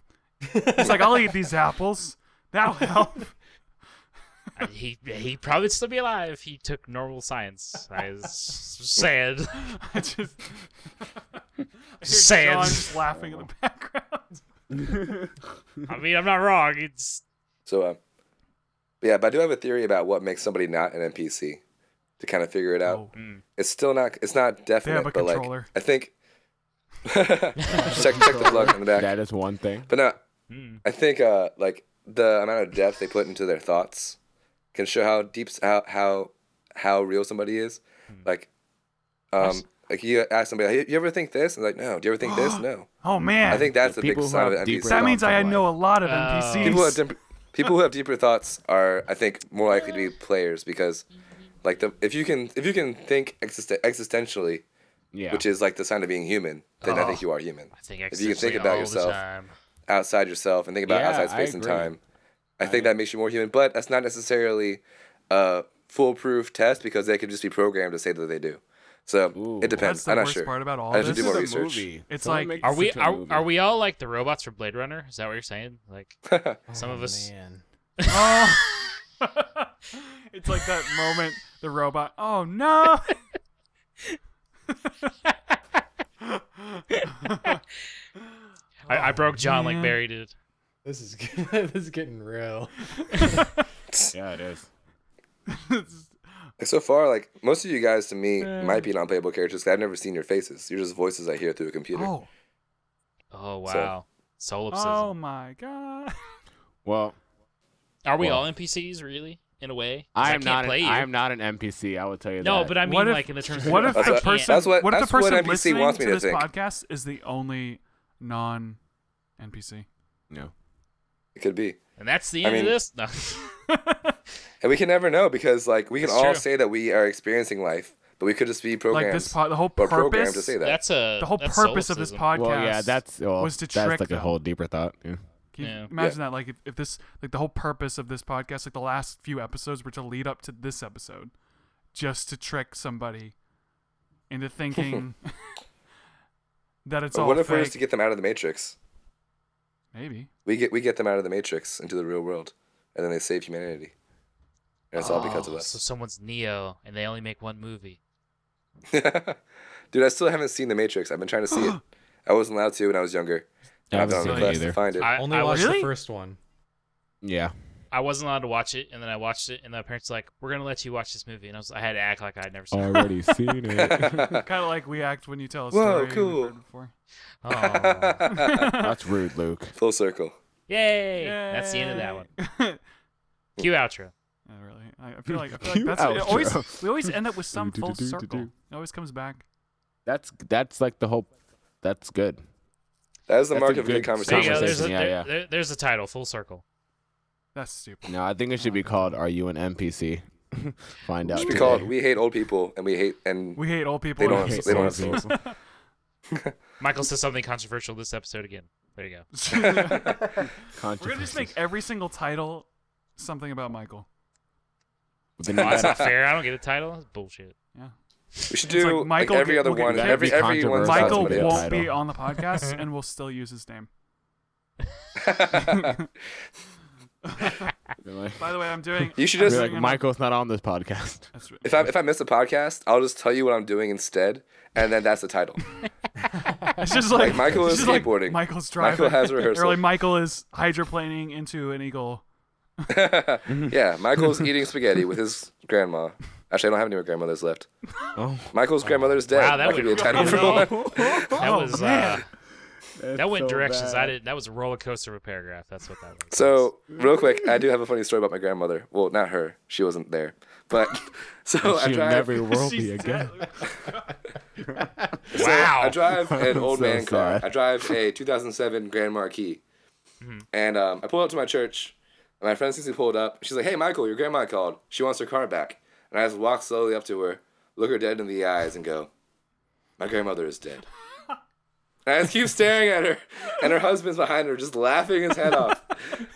(laughs) He's like, I'll eat these apples. That'll help. I- Uh, he he probably would still be alive. He took normal science. I was sad. (laughs) I just I hear Sand. John's laughing in the background. I mean, I'm not wrong. It's So, uh, but yeah, but I do have a theory about what makes somebody not an NPC to kind of figure it out. Oh, It's still not. It's not definite, a but like controller. I think. (laughs) check check the plug in the back. That is one thing. But no, Hmm. mm, I think uh, like the amount of depth they put into their thoughts can show how deep how how how real somebody is. Hmm. Like, um, Yes. like you ask somebody, "Hey, you ever think this? And like, no. Do you ever think (gasps) this? No. oh man, I think that's the big People who sign of have an deeper NPC. thoughts. that means I Life. know a lot of Oh. NPCs. people who have deeper, people who have deeper thoughts are, I think, more likely to be players because, like the if you can if you can think existen- existentially, Yeah. which is like the sign of being human, then I Oh. think you are human. I think If you can think existentially about all the yourself. time. outside yourself and think about Yeah, outside I space and agree. time. I think that makes you more human, but that's not necessarily a foolproof test because they could just be programmed to say that they do. So Ooh. it That's depends. the I'm not worst sure. part about all I this. should do this more is a research. movie. It's Someone like- make Are we such a are, movie. are we all like the robots from Blade Runner? Is that what you're saying? (laughs) Like Oh, some of us. Man. Oh. (laughs) (laughs) it's like that moment the robot. Oh (laughs) no. I, I broke John like man. Barry did. This is (laughs) this is getting real. Yeah, it is. Like, so far, like most of you guys to me might be non-playable characters 'cause I've never seen your faces. You're just voices I hear through a computer. oh, Oh So- wow. Solipsism. oh my god. Well, Are we Well. all NPCs really? In a way, 'Cause I am can't not. An, play you. I am not an NPC. I will tell you that. no, but I mean, What if- like in the terms of What if That's the what- person? that's what- if that's the what person NPC listening wants me to to this think. podcast is the only non NPC? no. It could be. and that's the I end mean- of this. No. (laughs) And we can never know because like we can That's all true. say that we are experiencing life, but we could just be programmed. Like this pod, the whole Or programmed to purpose. say that. that's a The whole that's purpose of this solipsism. podcast. Well, yeah, that's well, was to that's trick like them. a whole deeper thought. (laughs) Yeah. Can you Yeah. imagine that? Like, if, if this, like, the whole purpose of this podcast, like, the last few episodes were to lead up to this episode, just to trick somebody (laughs) into thinking (laughs) that it's But all what if fake. we're just to get them out of the matrix? Maybe. We get we get them out of the matrix into the real world, and then they save humanity. And it's all because of Oh, us. So someone's Neo, and they only make one movie. (laughs) Dude, I still haven't seen The Matrix. I've been trying to see (gasps) it. I wasn't allowed to when I was younger. I I've been haven't on a seen quest it to either. find it. I, Only I watched was, Really? the first one. Yeah. I wasn't allowed to watch it, and then I watched it, and the parents were like, "We're gonna let you watch this movie," and I was I had to act like I'd never seen. it. Already seen (laughs) it. Kind of like we act when you tell a Whoa, story. we've cool. heard (laughs) before. (laughs) Oh, That's rude, Luke. Full circle. yay! That's the end of that one. one. Cue (laughs) outro. (laughs) Not really. I I feel like, I feel like Cue that's it always outro. we always end up (laughs) with some Do, do, full do, do, circle. do. It always comes back. That's that's like the whole. That's good. That is the That's mark a of a good good There you go. There's a, conversation. Yeah, there- yeah. there- there's a title. Full circle. That's stupid. No, I think it should be called "Are You an NPC?" (laughs) Find It out. should be today. called "We Hate Old People" and we hate and We hate old people. they don't and have, hate they don't have old souls. Michael says something controversial this episode again. There (laughs) you go. (laughs) We're gonna just Controversies. make every single title something about Michael. Then Oh, you that's gotta- (laughs) not fair. I don't get a title. That's bullshit. Yeah. We should It's do like like, Michael every get- other we'll get- one. that'd Every be everyone's about Michael somebody controversial. won't else. be Title. on the (laughs) podcast, and we'll still use his name. (laughs) Really? By the way, I'm doing. You should I'm just- Be doing like an- Michael's not on (laughs) this podcast. That's right. if I if I miss a podcast, I'll just tell you what I'm doing instead, and then that's the title. It's just like, Like, Michael it's is just like skateboarding. Michael's driving. (laughs) Michael has rehearsal. Or like Michael is hydroplaning into an eagle. yeah, Michael's eating spaghetti with his grandma. Actually, I don't have any more grandmothers left. Oh. Michael's grandmother's dead. Wow, that could be a would- title for Oh, one. That Oh, was uh, man. uh, that went directions I didn't. That was a roller coaster of a paragraph. That's what that was. So, real quick, I do have a funny story about my grandmother. Well, not her; she wasn't there. But (laughs) so I She'll (laughs) drive. never will be She's again. dead. so Wow. I (laughs) drive an old So man car. sad. I drive a 2007 Grand Marquis, and um, I pull up to my church. And my friend sees me pulled up. She's like, "Hey, Michael, your grandma called. She wants her car back." And I just walk slowly up to her, look her dead in the eyes, and go, "My grandmother is dead." And I just keep staring at her, and her husband's behind her, just laughing his head off.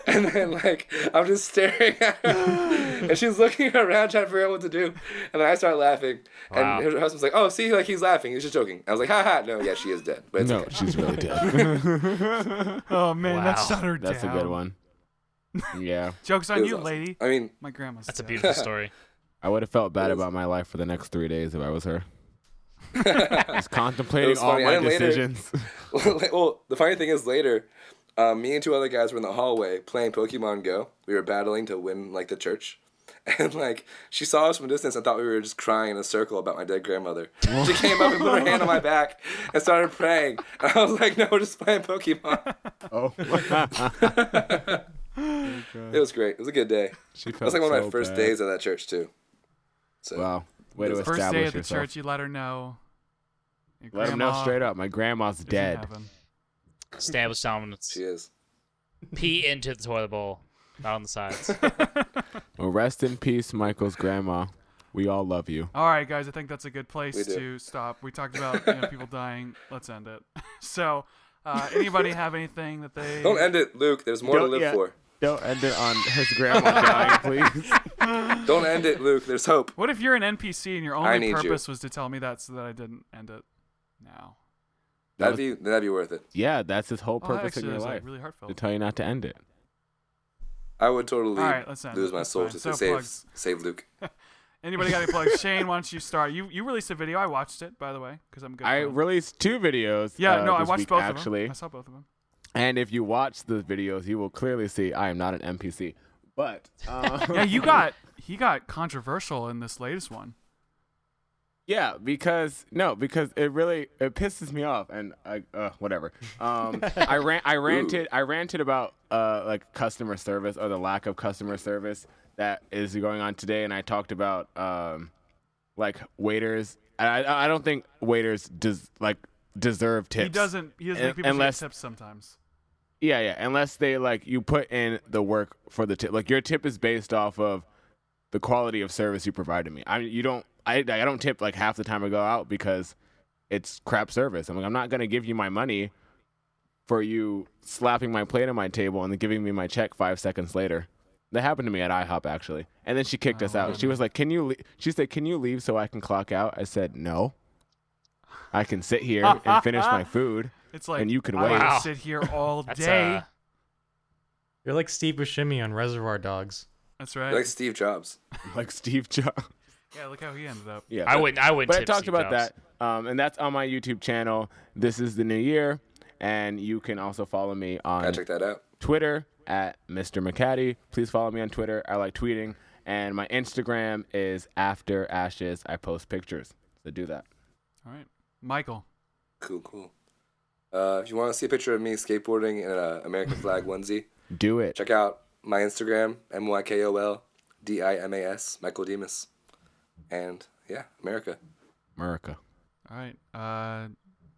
And then, like, I'm just staring at her, and she's looking around trying to figure out what to do. And then I start laughing, and Wow. her husband's like, "Oh, see, like he's laughing. He's just joking." I was like, "Ha ha! No, yeah, she is dead, but it's No, okay." (laughs) she's really dead. Oh man, that's Wow. not her That's a down. good one. Yeah, Joke's It on was you, awesome. lady. I mean, (laughs) My grandma's. That's a dead. (laughs) beautiful story. I would have felt bad It was- about my life for the next three days if I (laughs) was her. well, Just contemplating all funny. I my didn't later- decisions. (laughs) like- well, the funny thing is later, um, me and two other guys were in the hallway playing Pokemon Go. We were battling to win like the church. (laughs) And like she saw us from a distance and thought we were just crying in a circle about my dead grandmother. She came up and put her hand on (laughs) my back and started praying. (laughs) And I was like, "No, we're just playing Pokemon." (laughs) oh, It was great. It was a good day. she felt That was like one of my so first bad. days at that church too. So Wow, way to The First day establish at the yourself. church, you let her know. Your Let him know straight up. My grandma's is in dead. heaven. Establish dominance. she is. Pee into the toilet bowl, not on the sides. (laughs) Well, rest in peace, Michael's grandma. We all love you. All right, guys, I think that's a good place We do. to stop. We talked about you know, people (laughs) dying. Let's end it. (laughs) So, uh, anybody have anything that they? Don't end it, Luke. There's more to Don't- live yeah. for. Don't end it on (laughs) his grandma dying, please. Don't end it, Luke. There's hope. What if you're an NPC and your I only need you. purpose was to tell me that so that I didn't end it now? That That'd be that'd be worth it. (laughs) Yeah, that's his whole Oh, that purpose in actually your was, life. like, really heartfelt. to tell you not to end it. I would totally All right, let's end lose it. my That's soul fine. just So to save plugs. save Luke. Anybody got any (laughs) plugs? Shane, why don't you start? You you released a video. I watched it by the way because I'm good. I for it. released two videos. yeah uh, no I this watched week, both actually. of them. I saw both of them. And if you watch the videos, you will clearly see I am not an NPC. (laughs) But um, Yeah, (laughs) you got he got controversial in this latest one. yeah, because no, because it really it pisses me off, and I uh, whatever. Um, I ran, (laughs) I ranted, I ranted about uh, like customer service or the lack of customer service that is going on today, and I talked about um, like waiters. I I I don't think waiters does like deserve tips. He doesn't he doesn't Un- think people unless- should get tips sometimes. Yeah, yeah. Unless they like you put in the work for the tip. Like your tip is based off of the quality of service you provided me. I mean, you don't. I I don't tip like half the time I go out because it's crap service. I'm like I'm not gonna give you my money for you slapping my plate on my table and then giving me my check five seconds later. That happened to me at IHOP actually. And then she kicked us out. She was like, "Can you?" Le-? She said, "Can you leave so I can clock out?" I said, "No." I can sit here and finish my food. It's like And you could I wait. Wow. will sit here (laughs) all That's day. uh, You're like Steve Buscemi on Reservoir Dogs. That's right. Like Steve Jobs. Like Steve Jobs. yeah, look how he ended up. Yeah. I wouldn't. I wouldn't. but I tip talked Steve about Jobs. that, um, and that's on my YouTube channel. This is the new year, and you can also follow me I on check that out. Twitter at Mr. McCaddy. Please follow me on Twitter. I like tweeting, and my Instagram is After Ashes. I post pictures, so do that. All right. Michael. Cool, cool. Uh, if you want to see a picture of me skateboarding in an American flag onesie, Do it. check out my Instagram, M Y K O L D I M A S, Michael Demas. And yeah, America. America. (laughs) All right. Uh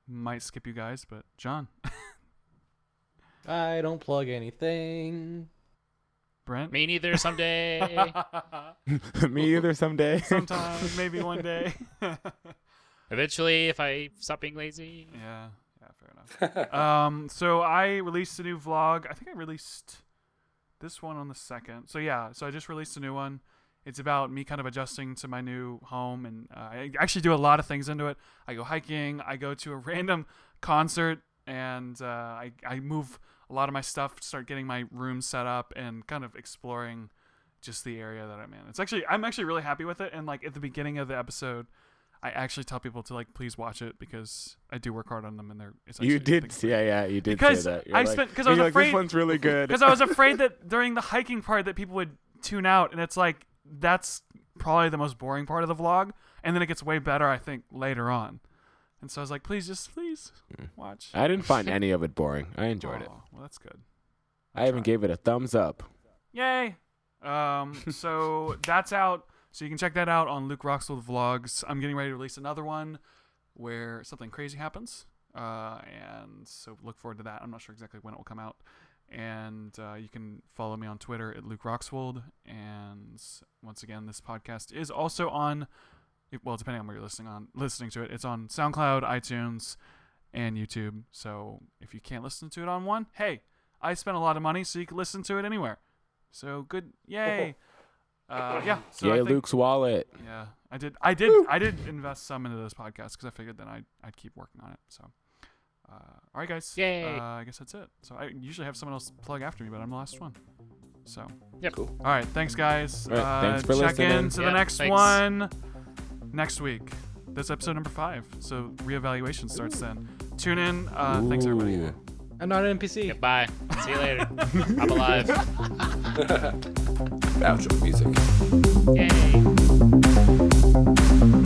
might skip you guys, but John, I don't plug anything. Brent. (laughs) Me neither. (laughs) Someday. me (laughs) either someday. Sometime, maybe one day. (laughs) yeah, Eventually, if I stop being lazy. yeah, fair enough. Um, so I released a new vlog. I think I released this one on the second. So yeah, so I just released a new one. It's about me kind of adjusting to my new home, and uh, I actually do a lot of things into it. I go hiking. I go to a (laughs) random concert, and uh, I I move a lot of my stuff. Start getting my room set up and kind of exploring just the area that I'm in. It's actually I'm actually really happy with it. And like at the beginning of the episode, I actually tell people to like please watch it because I do work hard on them, and they're it's You actually did, things- yeah, yeah, you did Because say that. I like- spent- 'cause I was you're like, afraid- this one's (laughs) really good. because I was afraid that during the hiking part that people would tune out, and it's like that's probably the most boring part of the vlog, and then it gets way better, I think, later on. And so I was like, please, just please Mm. watch. (laughs) I didn't find any of it boring. I enjoyed it. Aw, Well, that's good. I even gave it a thumbs up. Yay! Um, (laughs) so that's out. So you can check that out on Luke Roxwell vlogs. I'm getting ready to release another one where something crazy happens, uh, and so look forward to that. I'm not sure exactly when it will come out, and uh, you can follow me on Twitter at Luke Roxwold. And once again, this podcast is also on. Well, depending on where you're listening on listening to it, it's on SoundCloud, iTunes, and YouTube. So if you can't listen to it on one, hey, I spent a lot of money, so you can listen to it anywhere. So good, yay! Uh, yeah, so I Yay, think- Luke's wallet. Yeah, I did. I did. I did invest some into this podcast because I figured then I'd I'd keep working on it. So, uh, all right, guys. Yay. Uh, I guess that's it. So I usually have someone else plug after me, but I'm the last one. So, Yep. Cool. All right, thanks guys. All right, thanks Uh, for check in listening. to the Yeah, next thanks. one next week. That's episode number five. So reevaluation starts then. Tune in. Uh, thanks everybody. Ooh. I'm not an NPC. Goodbye. See you (laughs) later. I'm alive. Outro music. Yay.